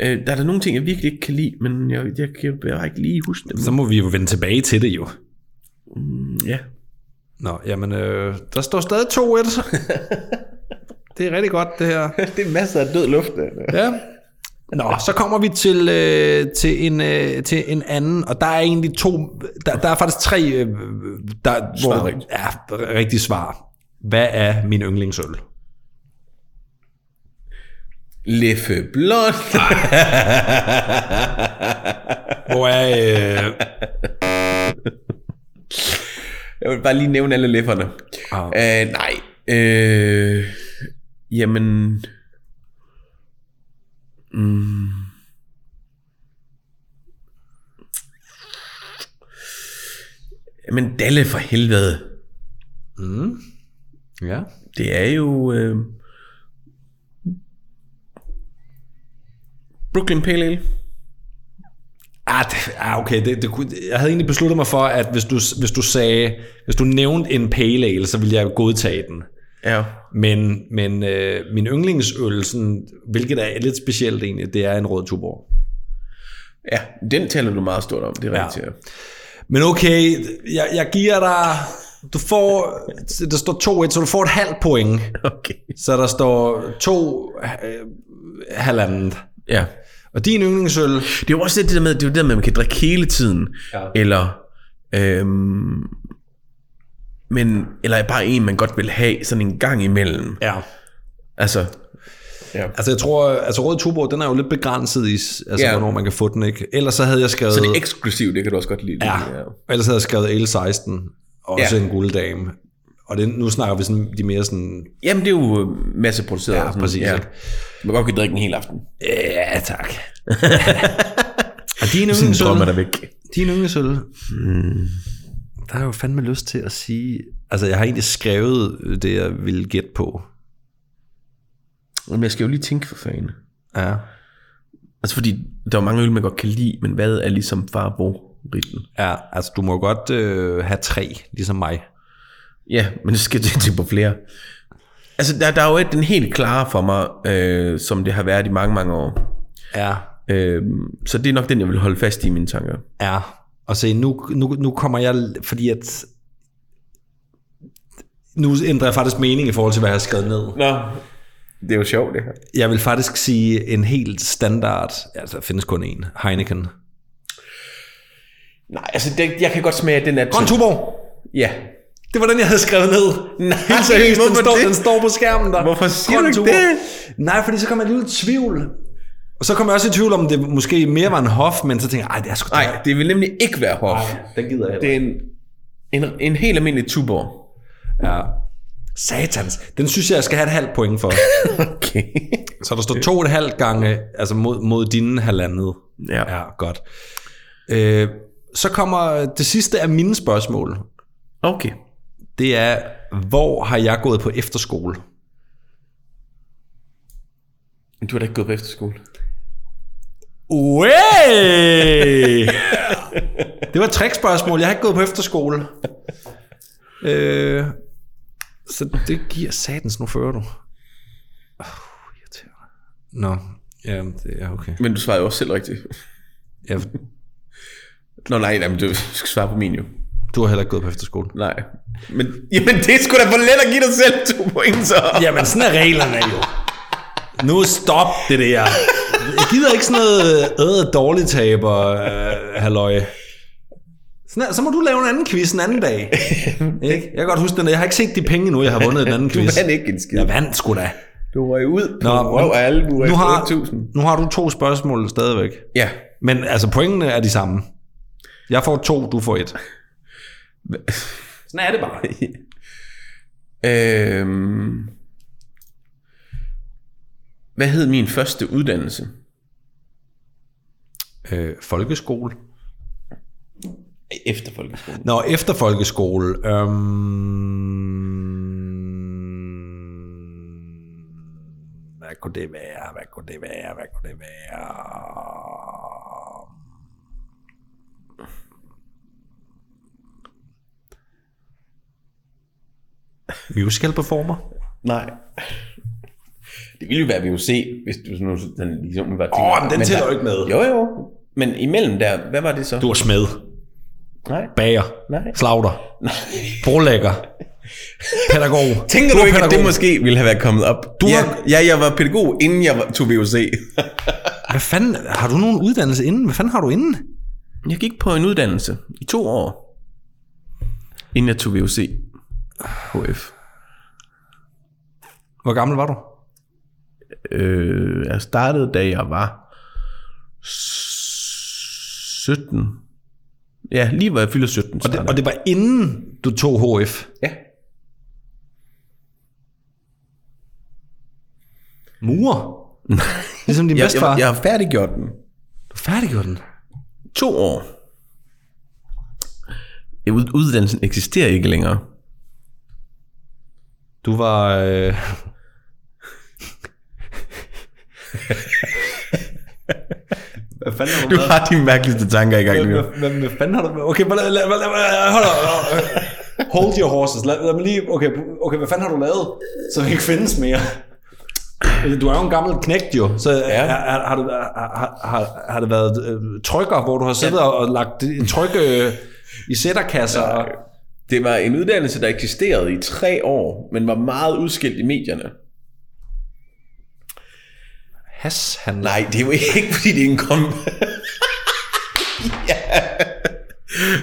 Speaker 2: Øh, der er der nogle ting, jeg virkelig ikke kan lide, men jeg, jeg kan bare ikke lige huske dem.
Speaker 1: Så må vi jo vende tilbage til det jo.
Speaker 2: Ja.
Speaker 1: Nå, jamen, øh, der står stadig 2-1. det er rigtig godt, det her.
Speaker 2: det er masser af død luft.
Speaker 1: Ja. Nå, så kommer vi til, øh, til, en, øh, til en anden, og der er egentlig to, der, der er faktisk tre, øh, der,
Speaker 2: Svar
Speaker 1: hvor,
Speaker 2: rigtigt.
Speaker 1: ja, rigtige svar. Hvad er min yndlingsøl?
Speaker 2: Leffe Blond.
Speaker 1: Hvor er, øh,
Speaker 2: Jeg vil bare lige nævne alle lefferne.
Speaker 1: Ah.
Speaker 2: Øh, nej. Øh, jamen... Mm. Men Dalle for helvede.
Speaker 1: ja.
Speaker 2: Det er jo... Øh... Brooklyn Pale Ale.
Speaker 1: Ah, det, ah okay. Det, det, kunne- jeg havde egentlig besluttet mig for, at hvis du, hvis du sagde, hvis du nævnte en pale ale, så ville jeg godtage den.
Speaker 2: Ja.
Speaker 1: Men, men øh, min yndlingsøl, sådan, hvilket er lidt specielt egentlig, det er en rød tuborg.
Speaker 2: Ja, den taler du meget stort om, det er rigtigt. Ja.
Speaker 1: Men okay, jeg, jeg giver dig... Du får... Der står 2-1, så du får et halvt point.
Speaker 2: Okay.
Speaker 1: Så der står 2... Øh, halvandet.
Speaker 2: Ja.
Speaker 1: Og din yndlingsøl...
Speaker 2: Det er jo også lidt det der med, det er jo det der med, at man kan drikke hele tiden. Ja. Eller... Øhm, men, eller bare en, man godt vil have sådan en gang imellem. Ja. Altså,
Speaker 1: Altså, jeg tror, altså rød tuborg, den er jo lidt begrænset i, altså,
Speaker 2: Ja.
Speaker 1: ja. hvornår man kan få den, ikke? Ellers så havde jeg skrevet...
Speaker 2: så det er eksklusivt, det kan du også godt lide.
Speaker 1: Ja, ellers havde jeg skrevet L16, og også
Speaker 2: Ja.
Speaker 1: ja. en gulddame. Og det, nu snakker vi sådan, de mere sådan...
Speaker 2: Jamen, det er jo øh, masseproduceret.
Speaker 1: Ja,
Speaker 2: og sådan,
Speaker 1: præcis,
Speaker 2: Ja.
Speaker 1: ikke?
Speaker 2: Man godt kan drikke en hel aften.
Speaker 1: Ja, tak. og din
Speaker 2: Sådan
Speaker 1: yndlingsøl,
Speaker 2: drømmer der væk.
Speaker 1: din yndlingsøl, hmm. der er jo fandme lyst til at sige... Altså, jeg har egentlig skrevet øh, det, jeg ville gætte på.
Speaker 2: Jamen, jeg skal jo lige tænke for fanden.
Speaker 1: Ja.
Speaker 2: Altså fordi, der er mange øl, man godt kan lide, men hvad er ligesom favoritten?
Speaker 1: ja, altså, du må godt øh, have tre, ligesom mig.
Speaker 2: Ja, men det skal jeg tænke på flere. Altså, der, der er jo et, den helt klare for mig, øh, som det har været i mange, mange år.
Speaker 1: Ja,
Speaker 2: Øh, så det er nok den, jeg vil holde fast i i mine tanker.
Speaker 1: Ja, og se, nu, nu, nu kommer jeg, fordi at, nu ændrer jeg faktisk mening i forhold til, hvad jeg har skrevet ned.
Speaker 2: Nå, det er jo sjovt, det her.
Speaker 1: Jeg vil faktisk sige en helt standard, altså der findes kun en, Heineken.
Speaker 2: Nej, altså, det, jeg kan godt smage, at den er...
Speaker 1: Grøn Tuborg!
Speaker 2: Ja. Altså,
Speaker 1: Det var den, jeg havde skrevet ned.
Speaker 2: Nej,
Speaker 1: Helt seriøst, den
Speaker 2: hvorfor
Speaker 1: står,
Speaker 2: det?
Speaker 1: den står på skærmen der.
Speaker 2: Hvorfor siger
Speaker 1: Grøn
Speaker 2: du ikke
Speaker 1: Tuborg. Nej, fordi så kom jeg lidt i tvivl. Og så kom jeg også i tvivl om, det måske mere var en hof, men så tænkte jeg, ej, det er sgu
Speaker 2: Nej, det vil nemlig ikke være hof.
Speaker 1: den gider jeg heller
Speaker 2: Det er en, en, en helt almindelig Tuborg.
Speaker 1: Ja. Satans, den synes jeg, jeg skal have et halvt point for.
Speaker 2: Okay.
Speaker 1: Så der står to og et halvt gange, altså mod, mod dine halvandet.
Speaker 2: Ja.
Speaker 1: Ja, godt. Øh, så kommer det sidste af mine spørgsmål.
Speaker 2: Okay.
Speaker 1: Det er, hvor har jeg gået på efterskole?
Speaker 2: Men Du har da ikke gået på efterskole.
Speaker 1: Uæh! Det var et trickspørgsmål. Jeg har ikke gået på efterskole. Øh, så det giver satans. Nu fører du. Oh, irriterende. Nå, ja, det er okay.
Speaker 2: Men du svarer jo også selv rigtigt.
Speaker 1: Jeg,
Speaker 2: Nå nej, nej men du skal svare på min jo.
Speaker 1: du har heller ikke gået på efterskole.
Speaker 2: Nej. Men, jamen, det er sgu da for let at give dig selv to point, så.
Speaker 1: Jamen, sådan er reglerne jo. Nu stop det der. Jeg gider ikke sådan noget æde dårligt taber, øh, halløj. Sådan er, så må du lave en anden quiz en anden dag. Ikke? Jeg kan godt huske den der. Jeg har ikke set de penge endnu, jeg har vundet den anden
Speaker 2: Du
Speaker 1: quiz.
Speaker 2: vandt ikke en skid.
Speaker 1: Jeg vandt sgu da.
Speaker 2: Du røg ud på
Speaker 1: Nå,
Speaker 2: røv af alle nu
Speaker 1: nu,
Speaker 2: efter
Speaker 1: har,
Speaker 2: 8.000.
Speaker 1: nu har du to spørgsmål stadigvæk.
Speaker 2: Ja.
Speaker 1: Men altså, pointene er de samme. Jeg får to, du får et. Sådan er det bare.
Speaker 2: Øhm, hvad hed min første uddannelse?
Speaker 1: Øh, folkeskole.
Speaker 2: Efter folkeskolen.
Speaker 1: Nå, efter folkeskole. Øhm, hvad kunne det være? Hvad kunne det være? Hvad kunne det være? Musical performer?
Speaker 2: Nej. Det ville jo være VUC, hvis du sådan nu sådan, ligesom var
Speaker 1: Åh, men den tæller jo ikke med.
Speaker 2: Jo, jo. Men imellem der, hvad var det så?
Speaker 1: Du er smed,
Speaker 2: Nej.
Speaker 1: bager,
Speaker 2: Nej.
Speaker 1: slagter, brolægger, pædagog.
Speaker 2: Tænker
Speaker 1: Du
Speaker 2: du
Speaker 1: er
Speaker 2: ikke, at det
Speaker 1: pædagog.
Speaker 2: måske ville have været kommet op?
Speaker 1: Du
Speaker 2: ja,
Speaker 1: har-
Speaker 2: ja, jeg var pædagog, inden jeg var, tog VUC.
Speaker 1: Hvad fanden, har du nogen uddannelse inden? Hvad fanden har du inden?
Speaker 2: jeg gik på en uddannelse i to år, inden jeg tog VUC. HF.
Speaker 1: Hvor gammel var du?
Speaker 2: Øh, jeg startede, da jeg var 17. Ja, lige var jeg fylder 17.
Speaker 1: Og det, og det var inden du tog HF.
Speaker 2: ja.
Speaker 1: Murer? ligesom din
Speaker 2: Jeg,
Speaker 1: bedstefar?
Speaker 2: jeg, jeg har færdiggjort den.
Speaker 1: Du færdiggjorde den.
Speaker 2: To år. Ja, ud- Uddannelsen eksisterer ikke længere.
Speaker 1: Du var... Øh... hvad fanden har
Speaker 2: Du har de mærkeligste tanker i gang nu.
Speaker 1: Hvad, hvad fanden har du med? Okay, lad, lad, lad, lad, hold op. Hold your horses. Lad, lad mig lige... Okay, okay, hvad fanden har du lavet, som ikke findes mere? Du er jo en gammel knægt jo, så ja. har, har, du, har, har, har det været øh, trykker, hvor du har siddet ja. og lagt trykke øh, i sætterkasser? og-
Speaker 2: Det var en uddannelse, der eksisterede i tre år, men var meget udskilt i medierne.
Speaker 1: Has, han
Speaker 2: Nej, det er jo ikke, fordi det er en kom... ja.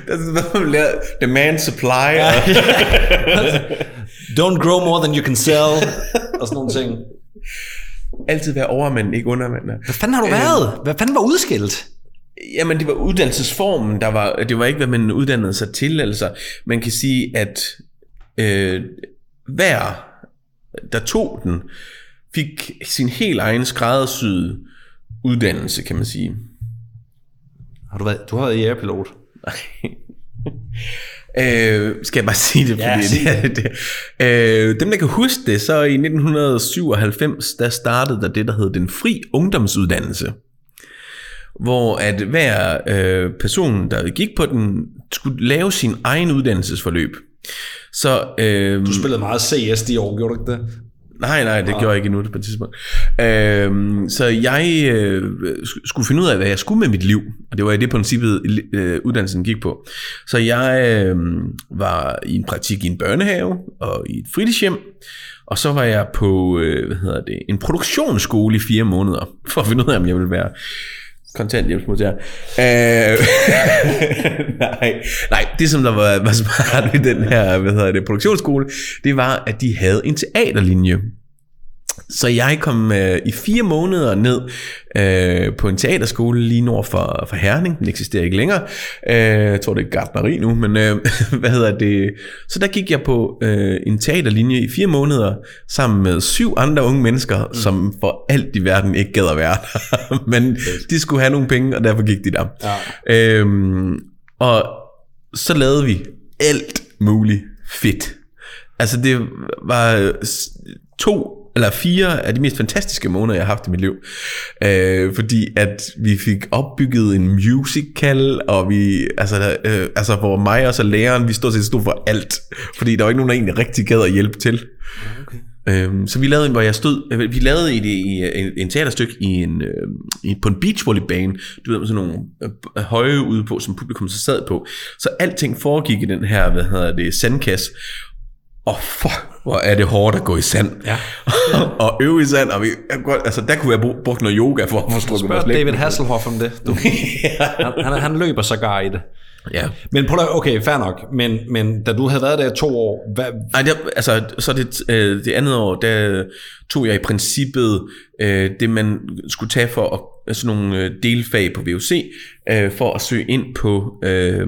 Speaker 2: Der er sådan noget, man lærer demand supply. Ja.
Speaker 1: Don't grow more than you can sell. og sådan nogle ting.
Speaker 2: Altid være overmanden, ikke undermanden.
Speaker 1: Hvad fanden har du været? Hvad fanden var udskilt?
Speaker 2: Jamen, det var uddannelsesformen, der var... Det var ikke, hvad man uddannede sig til. Altså, man kan sige, at øh, hver, der tog den, fik sin helt egen skræddersyede uddannelse, kan man sige.
Speaker 1: Har du været, du har været jægerpilot.
Speaker 2: Øh, skal jeg bare sige det?
Speaker 1: Ja,
Speaker 2: Fordi
Speaker 1: sig
Speaker 2: det, er det. Øh, dem, der kan huske det, så i 1997, der startede der det, der hed den fri ungdomsuddannelse. Hvor at hver øh, person, der gik på den, skulle lave sin egen uddannelsesforløb. Så, øh,
Speaker 1: Du spillede meget CS de år, gjorde du ikke det?
Speaker 2: Nej, nej, det gjorde jeg ikke endnu på det tidspunkt. Øhm, så jeg øh, sk- skulle finde ud af, hvad jeg skulle med mit liv. Og det var i det princippet, øh, uddannelsen gik på. Så jeg øh, var i en praktik i en børnehave og i et fritidshjem. Og så var jeg på øh, hvad hedder det, en produktionsskole i fire måneder, for at finde ud af, om jeg ville være kontanthjælpsmodtager. Øh, nej, nej, det som der var, var smart ved den her hvad hedder det, produktionsskole, det var, at de havde en teaterlinje. Så jeg kom øh, i fire måneder ned øh, på en teaterskole lige nord for, for Herning. Den eksisterer ikke længere. Øh, jeg tror, det er gardneri nu, men øh, hvad hedder det? Så der gik jeg på øh, en teaterlinje i fire måneder sammen med syv andre unge mennesker, mm. som for alt i verden ikke gad at være der. men de skulle have nogle penge, og derfor gik de der. Ja. Øhm, og så lavede vi alt muligt fedt. Altså det var øh, s- to eller fire af de mest fantastiske måneder, jeg har haft i mit liv. Øh, fordi at vi fik opbygget en musical, og vi, altså, der, øh, altså hvor mig og så læreren, vi stod set stod for alt. Fordi der var ikke nogen, der egentlig rigtig gad at hjælpe til. Okay. Øhm, så vi lavede en, hvor jeg stod, øh, vi lavede et, i, en, en teaterstykke i en, øh, i, på en beachvolleybane, du ved, med sådan nogle øh, b- høje ude på, som publikum så sad på. Så alting foregik i den her, hvad hedder det, sandkasse, og fuck, hvor er det hårdt at gå i sand. Ja. og øve i sand, og vi, jeg kunne godt, altså, der kunne jeg bruge, brugt noget yoga for at få strukket
Speaker 1: Spørg
Speaker 2: vores læg.
Speaker 1: David Hasselhoff om det. Du. han, han, han løber sågar i det.
Speaker 2: Ja.
Speaker 1: Men prøv at, okay, fair nok. Men, men da du havde været der i to år, hvad,
Speaker 2: Nej, der, altså, så det, øh, det andet år, der tog jeg i princippet øh, det, man skulle tage for at, altså nogle øh, delfag på VUC, øh, for at søge ind på, øh,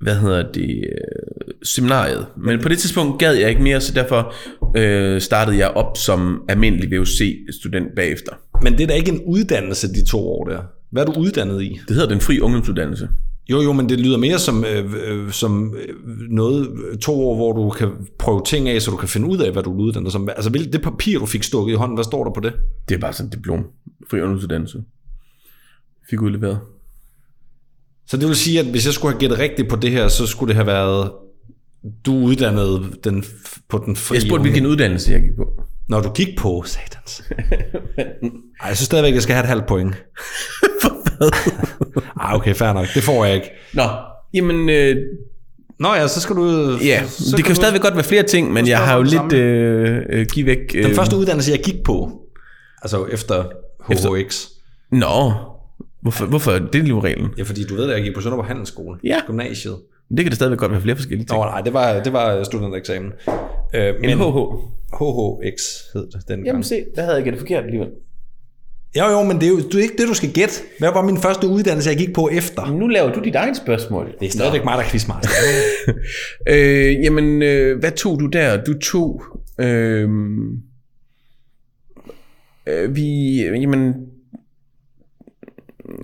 Speaker 2: hvad hedder det, øh, seminariet. Men på det tidspunkt gad jeg ikke mere, så derfor øh, startede jeg op som almindelig VUC-student bagefter.
Speaker 1: men det er da ikke en uddannelse, de to år der. Hvad er du uddannet i?
Speaker 2: Det hedder den fri ungdomsuddannelse.
Speaker 1: Jo, jo, men det lyder mere som, øh, øh, som øh, noget øh, to år, hvor du kan prøve ting af, så du kan finde ud af, hvad du er uddannet som. Altså, hvil- det papir, du fik stukket i hånden, hvad står der på det?
Speaker 2: Det er bare sådan et diplom. Fri ungdomsuddannelse. Fik udleveret.
Speaker 1: Så det vil sige, at hvis jeg skulle have gættet rigtigt på det her, så skulle det have været, du er uddannet den, f- på den frie...
Speaker 2: Jeg spurgte, hvilken uddannelse jeg gik på.
Speaker 1: Når du gik på, satans. Ej, jeg synes stadigvæk, jeg skal have et halvt point. For hvad? Ej, okay, fair nok. Det får jeg ikke.
Speaker 2: Nå, jamen, øh,
Speaker 1: Nå ja, så skal du...
Speaker 2: ja,
Speaker 1: så
Speaker 2: det kan
Speaker 1: du-
Speaker 2: jo stadigvæk godt være flere ting, men jeg har jo lidt øh, øh, give væk... Øh,
Speaker 1: Den første uddannelse, jeg gik på, altså efter HHX,
Speaker 2: Nå, hvorfor, hvorfor er det livreglen?
Speaker 1: ja, fordi du ved, at jeg gik på Sønderborg Handelsskole,
Speaker 2: Ja.
Speaker 1: gymnasiet.
Speaker 2: Det kan da stadigvæk godt være flere forskellige ting.
Speaker 1: Nå, nej, det var, det var studentereksamen. Øh, men
Speaker 2: HH.
Speaker 1: HHX hed det dengang. Jamen,
Speaker 2: se, der havde jeg gættet forkert alligevel.
Speaker 1: jo, jo, men det er jo det er ikke det, du skal gætte. Hvad var min første uddannelse, jeg gik på efter?
Speaker 2: Nu laver du dit eget spørgsmål.
Speaker 1: Det er stadigvæk mig, der er quizmaster.
Speaker 2: Øh, jamen, øh, hvad tog du der? Du tog... Øh, øh, vi... Jamen...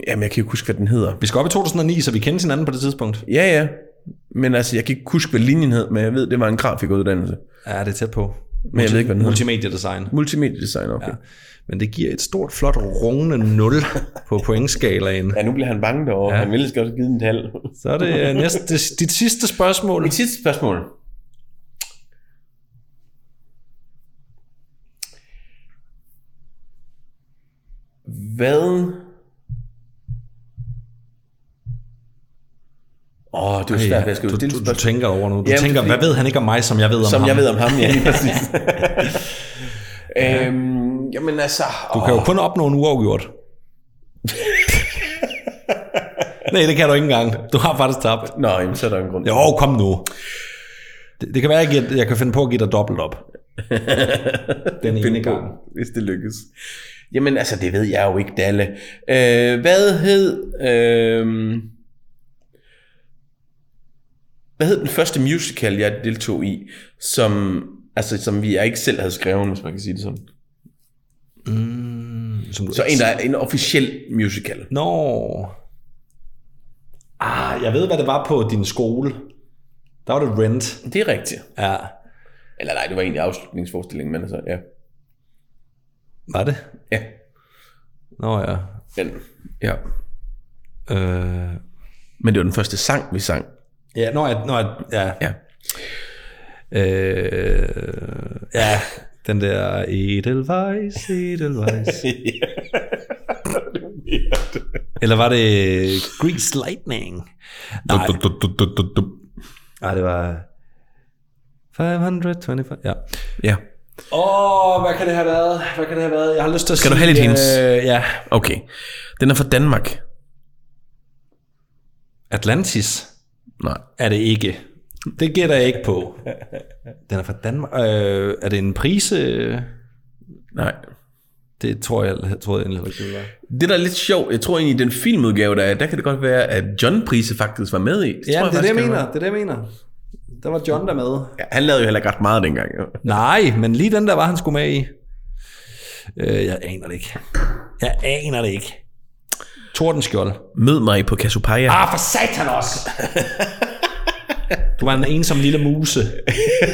Speaker 2: Jamen, jeg kan jo ikke huske, hvad den hedder.
Speaker 1: Vi skal op i 2009, så vi kendte hinanden på det tidspunkt.
Speaker 2: Ja, ja. Men altså, jeg kan ikke huske, hvad linjen hed, men jeg ved, det var en grafikuddannelse.
Speaker 1: Ja, det er tæt på.
Speaker 2: Men jeg ved ikke, hvad den hedder.
Speaker 1: Multimediedesign.
Speaker 2: Multimediedesign, okay. Ja.
Speaker 1: Men det giver et stort, flot, rungende 0 på pointskalaen.
Speaker 2: ja, nu bliver han bange derovre. Ja. Han ville skal også give den tal.
Speaker 1: Så er det øh, næste, det, dit sidste spørgsmål.
Speaker 2: Mit sidste spørgsmål. Hvad... Åh, oh, det er jo svært, hvad jeg skal
Speaker 1: du,
Speaker 2: stille
Speaker 1: du, du
Speaker 2: spørgsmål,
Speaker 1: tænker over nu. Du
Speaker 2: Jamen,
Speaker 1: tænker,
Speaker 2: fordi-
Speaker 1: hvad ved han ikke om mig, som jeg ved om
Speaker 2: som
Speaker 1: ham?
Speaker 2: jeg ved om ham, ja, lige præcis. øhm, jamen altså...
Speaker 1: Du kan jo kun opnå en uafgjort. Nej, det kan du ikke engang. Du har faktisk tabt.
Speaker 2: Nå, jamen, så er der en grund.
Speaker 1: Jo, kom nu. Det, det kan være, at jeg, giver- jeg kan finde på at give dig dobbelt op. Den ene
Speaker 2: finde på,
Speaker 1: gang.
Speaker 2: hvis det lykkes. Jamen altså, det ved jeg jo ikke, Dalle. Øh, hvad hed... Øh, hvad hed den første musical, jeg deltog i, som, altså, som vi jeg ikke selv havde skrevet, hvis man kan sige det sådan?
Speaker 1: Som du
Speaker 2: Så en, der er en officiel musical.
Speaker 1: Nå. Ah, jeg ved, hvad det var på din skole. Der var det Rent.
Speaker 2: Det er rigtigt.
Speaker 1: Ja.
Speaker 2: Eller nej, det var egentlig afslutningsforestillingen, men altså, ja.
Speaker 1: Var det?
Speaker 2: Ja.
Speaker 1: Nå ja.
Speaker 2: Den. ja.
Speaker 1: Øh.
Speaker 2: Men det var den første sang, vi sang.
Speaker 1: Ja, når jeg... Når jeg ja.
Speaker 2: Ja.
Speaker 1: Øh, ja, den der Edelweiss, Edelweiss. Eller var det Grease Lightning? Nej, nej det var 525. Ja.
Speaker 2: Ja.
Speaker 1: Åh, oh, hvad kan det have været? Hvad kan det have været? Jeg har lyst til at
Speaker 2: Skal du have lidt hints?
Speaker 1: Øh, ja.
Speaker 2: Okay. Den er fra Danmark.
Speaker 1: Atlantis
Speaker 2: Nej.
Speaker 1: er det ikke. Det gætter jeg ikke på. Den er fra Danmark. Øh, er det en prise?
Speaker 2: Nej.
Speaker 1: Det tror jeg, jeg troede jeg egentlig ikke, det var.
Speaker 2: Det, der er lidt sjovt, jeg tror egentlig, i den filmudgave, der er, der kan det godt være, at John Prise faktisk var med i.
Speaker 1: Ja,
Speaker 2: tror
Speaker 1: det er det,
Speaker 2: faktisk,
Speaker 1: jeg
Speaker 2: han
Speaker 1: mener.
Speaker 2: var.
Speaker 1: Det er det, jeg mener. Der var John der med.
Speaker 2: Ja, han lavede jo heller ikke ret meget dengang. Jo.
Speaker 1: Nej, men lige den der var han skulle med i. Øh, jeg aner det ikke. Jeg aner det ikke. Tordenskjold.
Speaker 2: Mød mig på Cassiopeia.
Speaker 1: Ah, for satan også! Du var en ensom lille muse.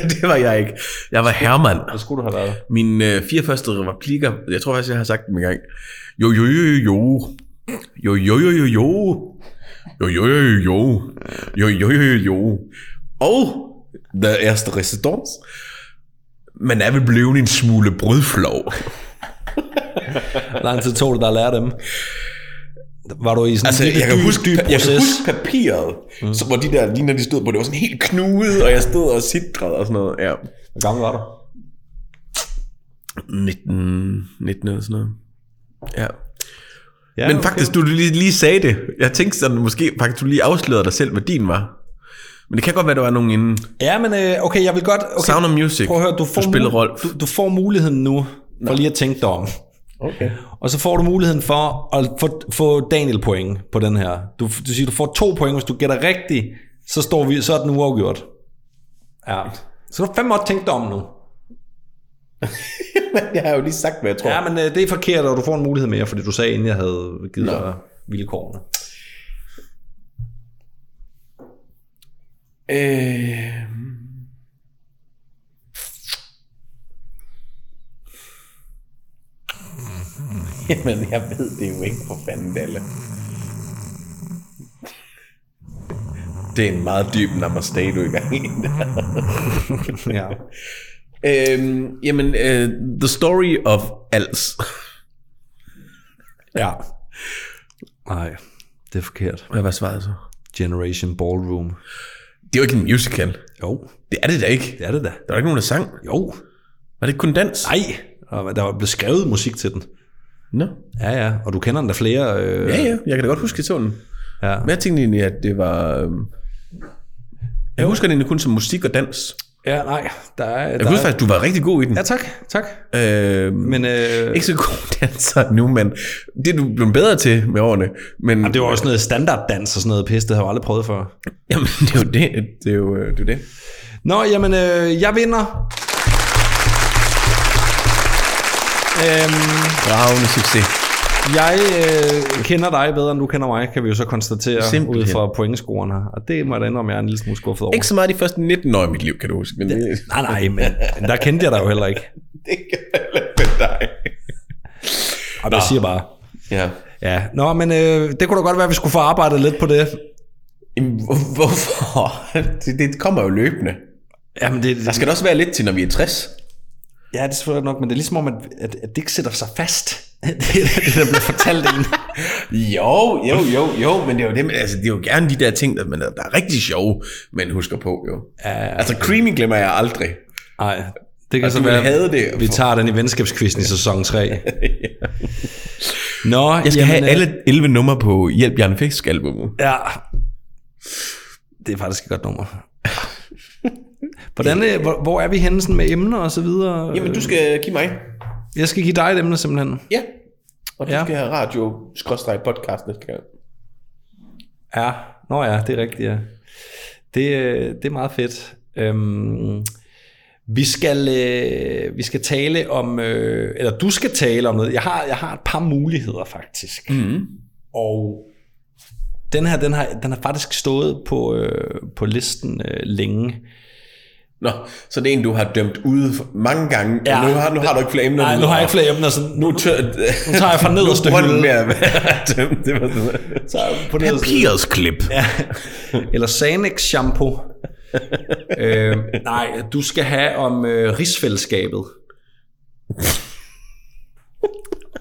Speaker 2: det var jeg ikke. Jeg var Herman.
Speaker 1: Hvad skulle du have været?
Speaker 2: Mine øh, fire første replikker, jeg tror faktisk, jeg har sagt dem engang. Jo, jo, jo, jo, jo. Jo, jo, jo, jo, jo. Jo, jo, jo, jo, jo. Jo, jo, jo, jo, jo. Og der erste residens. Man er vel blevet en smule brødflov.
Speaker 1: Hvor Lang tid tog det dig at lære dem. Var du i sådan
Speaker 2: Altså,
Speaker 1: en lille
Speaker 2: jeg kan,
Speaker 1: dyb,
Speaker 2: huske,
Speaker 1: dyb
Speaker 2: jeg kan
Speaker 1: proces?
Speaker 2: huske papiret, mm. så, hvor de der, lige når de stod på, det var sådan helt knudet, og jeg stod og sidrede og sådan noget. Ja.
Speaker 1: Hvor gammel var du?
Speaker 2: 19, 19 eller sådan noget. Ja.
Speaker 1: Ja,
Speaker 2: Men faktisk, du lige, lige sagde det. Jeg tænkte sådan, måske faktisk du lige afslørede dig selv, hvad din var. Men det kan godt være, der var nogen inden. Okay.
Speaker 1: Ja, men øh, okay, jeg vil godt... Okay,
Speaker 2: Sound of Music.
Speaker 1: Prøv at høre, du får,
Speaker 2: du spiller
Speaker 1: mul-
Speaker 2: Rolf.
Speaker 1: Du, du får muligheden nu for lige at tænke dig om.
Speaker 2: Okay.
Speaker 1: Og så får du muligheden for at få, få Daniel point på den her. Du, du siger, du får to point, hvis du gætter rigtigt, så, står vi, så er den uafgjort. Ja. Så du har fandme godt tænkt dig om nu.
Speaker 2: jeg har jo lige sagt, hvad jeg tror.
Speaker 1: Ja, men øh, det er forkert, og du får en mulighed mere, fordi du sagde, inden jeg havde givet
Speaker 2: Nå.
Speaker 1: dig vilkårene.
Speaker 2: Øh... Jamen, jeg ved det jo ikke, for fanden, Dalle. Det er en meget dyb namaste, du er i gang i.
Speaker 1: Ja.
Speaker 2: øhm, jamen, uh, The Story of Als.
Speaker 1: ja. Nej, det er forkert.
Speaker 2: Hvad var svaret så?
Speaker 1: Generation Ballroom.
Speaker 2: Det er jo ikke en musical.
Speaker 1: Jo,
Speaker 2: Det er det da ikke.
Speaker 1: det er det da.
Speaker 2: Der var ikke nogen, der sang.
Speaker 1: Jo.
Speaker 2: Var det ikke kun dans?
Speaker 1: Nej, og der var blevet skrevet musik til den.
Speaker 2: Nå.
Speaker 1: Ja, ja, og du kender den der flere. Øh,
Speaker 2: Ja, ja. Jeg kan da godt huske, at jeg så den.
Speaker 1: ja.
Speaker 2: Men jeg tænkte egentlig, at det var... øhm, Jeg husker den egentlig kun som musik og dans.
Speaker 1: ja, nej, der er...
Speaker 2: Jeg
Speaker 1: Der
Speaker 2: husker
Speaker 1: er
Speaker 2: faktisk, du var rigtig god i den.
Speaker 1: ja, tak, tak.
Speaker 2: Øhm,
Speaker 1: Men øh,
Speaker 2: ikke så god danser nu, men det er du blevet bedre til med årene. Men,
Speaker 1: det var også noget standarddans og sådan noget pis, det har jeg aldrig prøvet før.
Speaker 2: Jamen, det er jo det. Det er jo øh, det. Er jo det.
Speaker 1: Nå, jamen, øh, jeg vinder. Øhm,
Speaker 2: Bravende succes.
Speaker 1: jeg øh, kender dig bedre, end du kender mig, kan vi jo så konstatere
Speaker 2: Simpelthen.
Speaker 1: Simpelthen. ud fra pointscoren her. Og det må jeg da indrømme, jeg er en lille smule skuffet over. Ah,
Speaker 2: Ikke så meget de første 19 år i mit liv, kan du huske. Men det,
Speaker 1: Nej, nej, men der kendte jeg dig jo heller ikke.
Speaker 2: det kan jeg heller ikke med dig.
Speaker 1: Og jeg siger bare...
Speaker 2: Ja.
Speaker 1: Ja, nå, men øh, det kunne da godt være, at vi skulle få arbejdet lidt på det.
Speaker 2: Jamen, hvor- hvorfor? Det, det kommer jo løbende.
Speaker 1: Jamen, det,
Speaker 2: Der skal da også være lidt til, når vi er 60.
Speaker 1: Ja, det er selvfølgelig nok, men det er ligesom om, at, at, at det ikke sætter sig fast. det, er det, der bliver fortalt en.
Speaker 2: Jo, jo, jo, jo, men det er jo, det, med- altså, det er jo gerne de der ting, der, man, der er rigtig sjove, man husker på jo. Uh, altså, creamy glemmer jeg aldrig.
Speaker 1: Nej, det kan
Speaker 2: Og
Speaker 1: så
Speaker 2: du
Speaker 1: være,
Speaker 2: havde det.
Speaker 1: Altså, vi tager den i venskabskvisten i sæson 3. Nå,
Speaker 2: Jeg skal
Speaker 1: jamen,
Speaker 2: Jamen, have
Speaker 1: øh,
Speaker 2: alle 11 numre på Hjælp Jan Fisk albumet.
Speaker 1: Ja, det er faktisk et godt nummer. Hvordan, øh, hvor, hvor er vi henne sådan med emner og så videre?
Speaker 2: skal give mig.
Speaker 1: Jeg skal give dig et emne simpelthen.
Speaker 2: Ja. Og du
Speaker 1: Ja. skal
Speaker 2: have radio skråstreg podcast næste gang.
Speaker 1: Ja, nå ja, det er rigtigt, ja. Det, øh, det er meget fedt. Øhm, vi, skal, øh, vi skal tale om, øh, eller du skal tale om noget. Jeg har, jeg har et par muligheder faktisk. Mm. Og den her, den har, den har faktisk stået på, øh, på listen øh, længe.
Speaker 2: Nå, så det er en, du har dømt ude for- mange gange. Ja. Nu, har, nu har du ikke flere emner.
Speaker 1: Nej, nu har jeg ikke flere emner, så nu,
Speaker 2: Nu, tør,
Speaker 1: nu tager jeg fra nederste hylde.
Speaker 2: med at være dømt. Det var sådan.
Speaker 1: Så på nederste hylde.
Speaker 2: Papirsklip. Ja.
Speaker 1: Eller Sanex shampoo. øh, nej, du skal have om øh, rigsfællesskabet.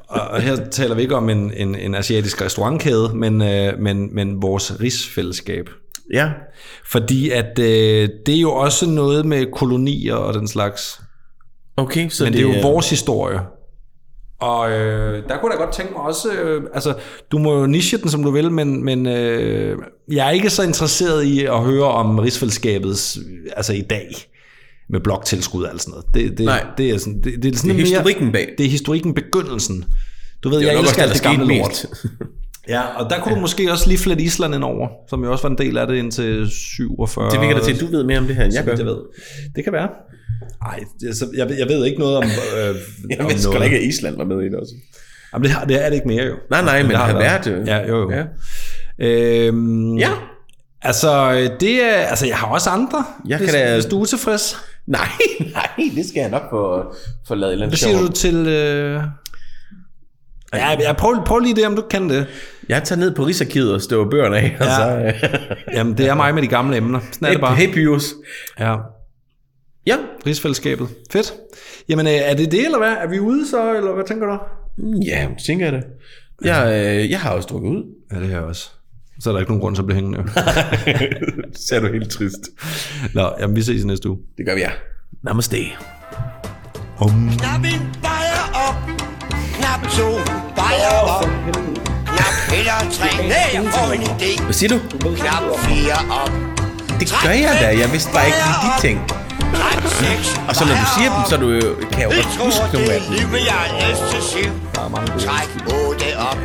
Speaker 1: og, og her taler vi ikke om en, en, en asiatisk restaurantkæde, men, øh, men, men vores rigsfællesskab.
Speaker 2: ja.
Speaker 1: Fordi at øh, det er jo også noget med kolonier og den slags.
Speaker 2: Okay, så
Speaker 1: Men det, det er jo vores historie. Og øh, der kunne jeg da godt tænke mig også, øh, altså du må jo niche den som du vil, men, men øh, jeg er ikke så interesseret i at høre om rigsfællesskabets, øh, altså i dag, med bloktilskud og alt sådan noget. Det, det,
Speaker 2: Nej.
Speaker 1: Det er, sådan, det, det er, sådan
Speaker 2: Det er
Speaker 1: mere-
Speaker 2: historikken bag.
Speaker 1: Det er historikken begyndelsen. Du ved,
Speaker 2: Det er
Speaker 1: jeg
Speaker 2: jo nok
Speaker 1: elsker
Speaker 2: også,
Speaker 1: alt
Speaker 2: der
Speaker 1: det
Speaker 2: skete
Speaker 1: gamle lort.
Speaker 2: mest.
Speaker 1: Ja, og der kunne du måske også lige flette Island ind over, som jo også var en del af det indtil 47.
Speaker 2: Det virker da til, at du ved mere om det her, end jeg
Speaker 1: jeg Jeg
Speaker 2: gør.
Speaker 1: ved. Det kan være. Nej, altså, jeg, ved- jeg ved ikke noget om, øh,
Speaker 2: Jeg
Speaker 1: om
Speaker 2: ved sgu da
Speaker 1: noget.
Speaker 2: ikke, at Island var med i det også.
Speaker 1: Jamen, det, har, det er det ikke mere jo. Mm.
Speaker 2: Nej, nej, men
Speaker 1: Der
Speaker 2: det har været det.
Speaker 1: Ja, jo jo.
Speaker 2: øh, Ja.
Speaker 1: Øhm,
Speaker 2: Ja.
Speaker 1: Altså, øh, det er, altså, jeg har også andre,
Speaker 2: Jeg
Speaker 1: hvis,
Speaker 2: kan da-
Speaker 1: hvis du er utilfreds.
Speaker 2: Nej, nej, det skal jeg nok få, få lavet et eller
Speaker 1: Hvad
Speaker 2: andet
Speaker 1: siger
Speaker 2: sjovt.
Speaker 1: du til... Øh... Ja, jeg prøv, prøv lige det, om du kan det.
Speaker 2: Jeg tager ned på Rigsarkivet og støver bøgerne af, ja. og så...
Speaker 1: Jamen, det er mig med de gamle emner. Sådan er det
Speaker 2: Øh,
Speaker 1: bare.
Speaker 2: hey, Pius.
Speaker 1: Ja.
Speaker 2: Ja.
Speaker 1: Rigsfællesskabet. Fedt. Jamen, øh, er det det, eller hvad? Er vi ude så, eller hvad tænker du?
Speaker 2: Mm, Ja, det tænker jeg det. Jeg, øh, jeg har også drukket ud.
Speaker 1: Ja, det har jeg også. Så er der ikke nogen grund til at blive hængende.
Speaker 2: Så er du helt trist.
Speaker 1: Nå, jamen, vi ses i næste uge.
Speaker 2: Det gør vi, ja. Namaste.
Speaker 7: Knap en bajer op, knap to bajer op, knap heller tre, nej, jeg får en idé,
Speaker 2: Hvad siger du?
Speaker 7: knap fire op.
Speaker 2: Det gør jeg da. Jeg vidste bare ikke lige de ting.
Speaker 7: Knap seks
Speaker 2: Og så når du siger dem, så er du, jo- kan jeg jo
Speaker 7: Jeg
Speaker 2: godt
Speaker 7: tror,
Speaker 2: huske nogle
Speaker 7: det
Speaker 2: af
Speaker 7: er
Speaker 2: dem.
Speaker 7: livet, jeg er næst til siv. Træk otte op.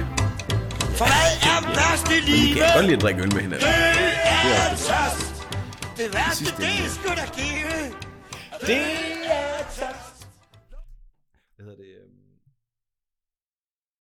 Speaker 7: For hvad er værst i
Speaker 2: Vi kan godt
Speaker 7: livet?
Speaker 2: lide at drikke øl med hinanden.
Speaker 7: Dø er en tørst. Det værste, det er sgu da givet. Det er tørst.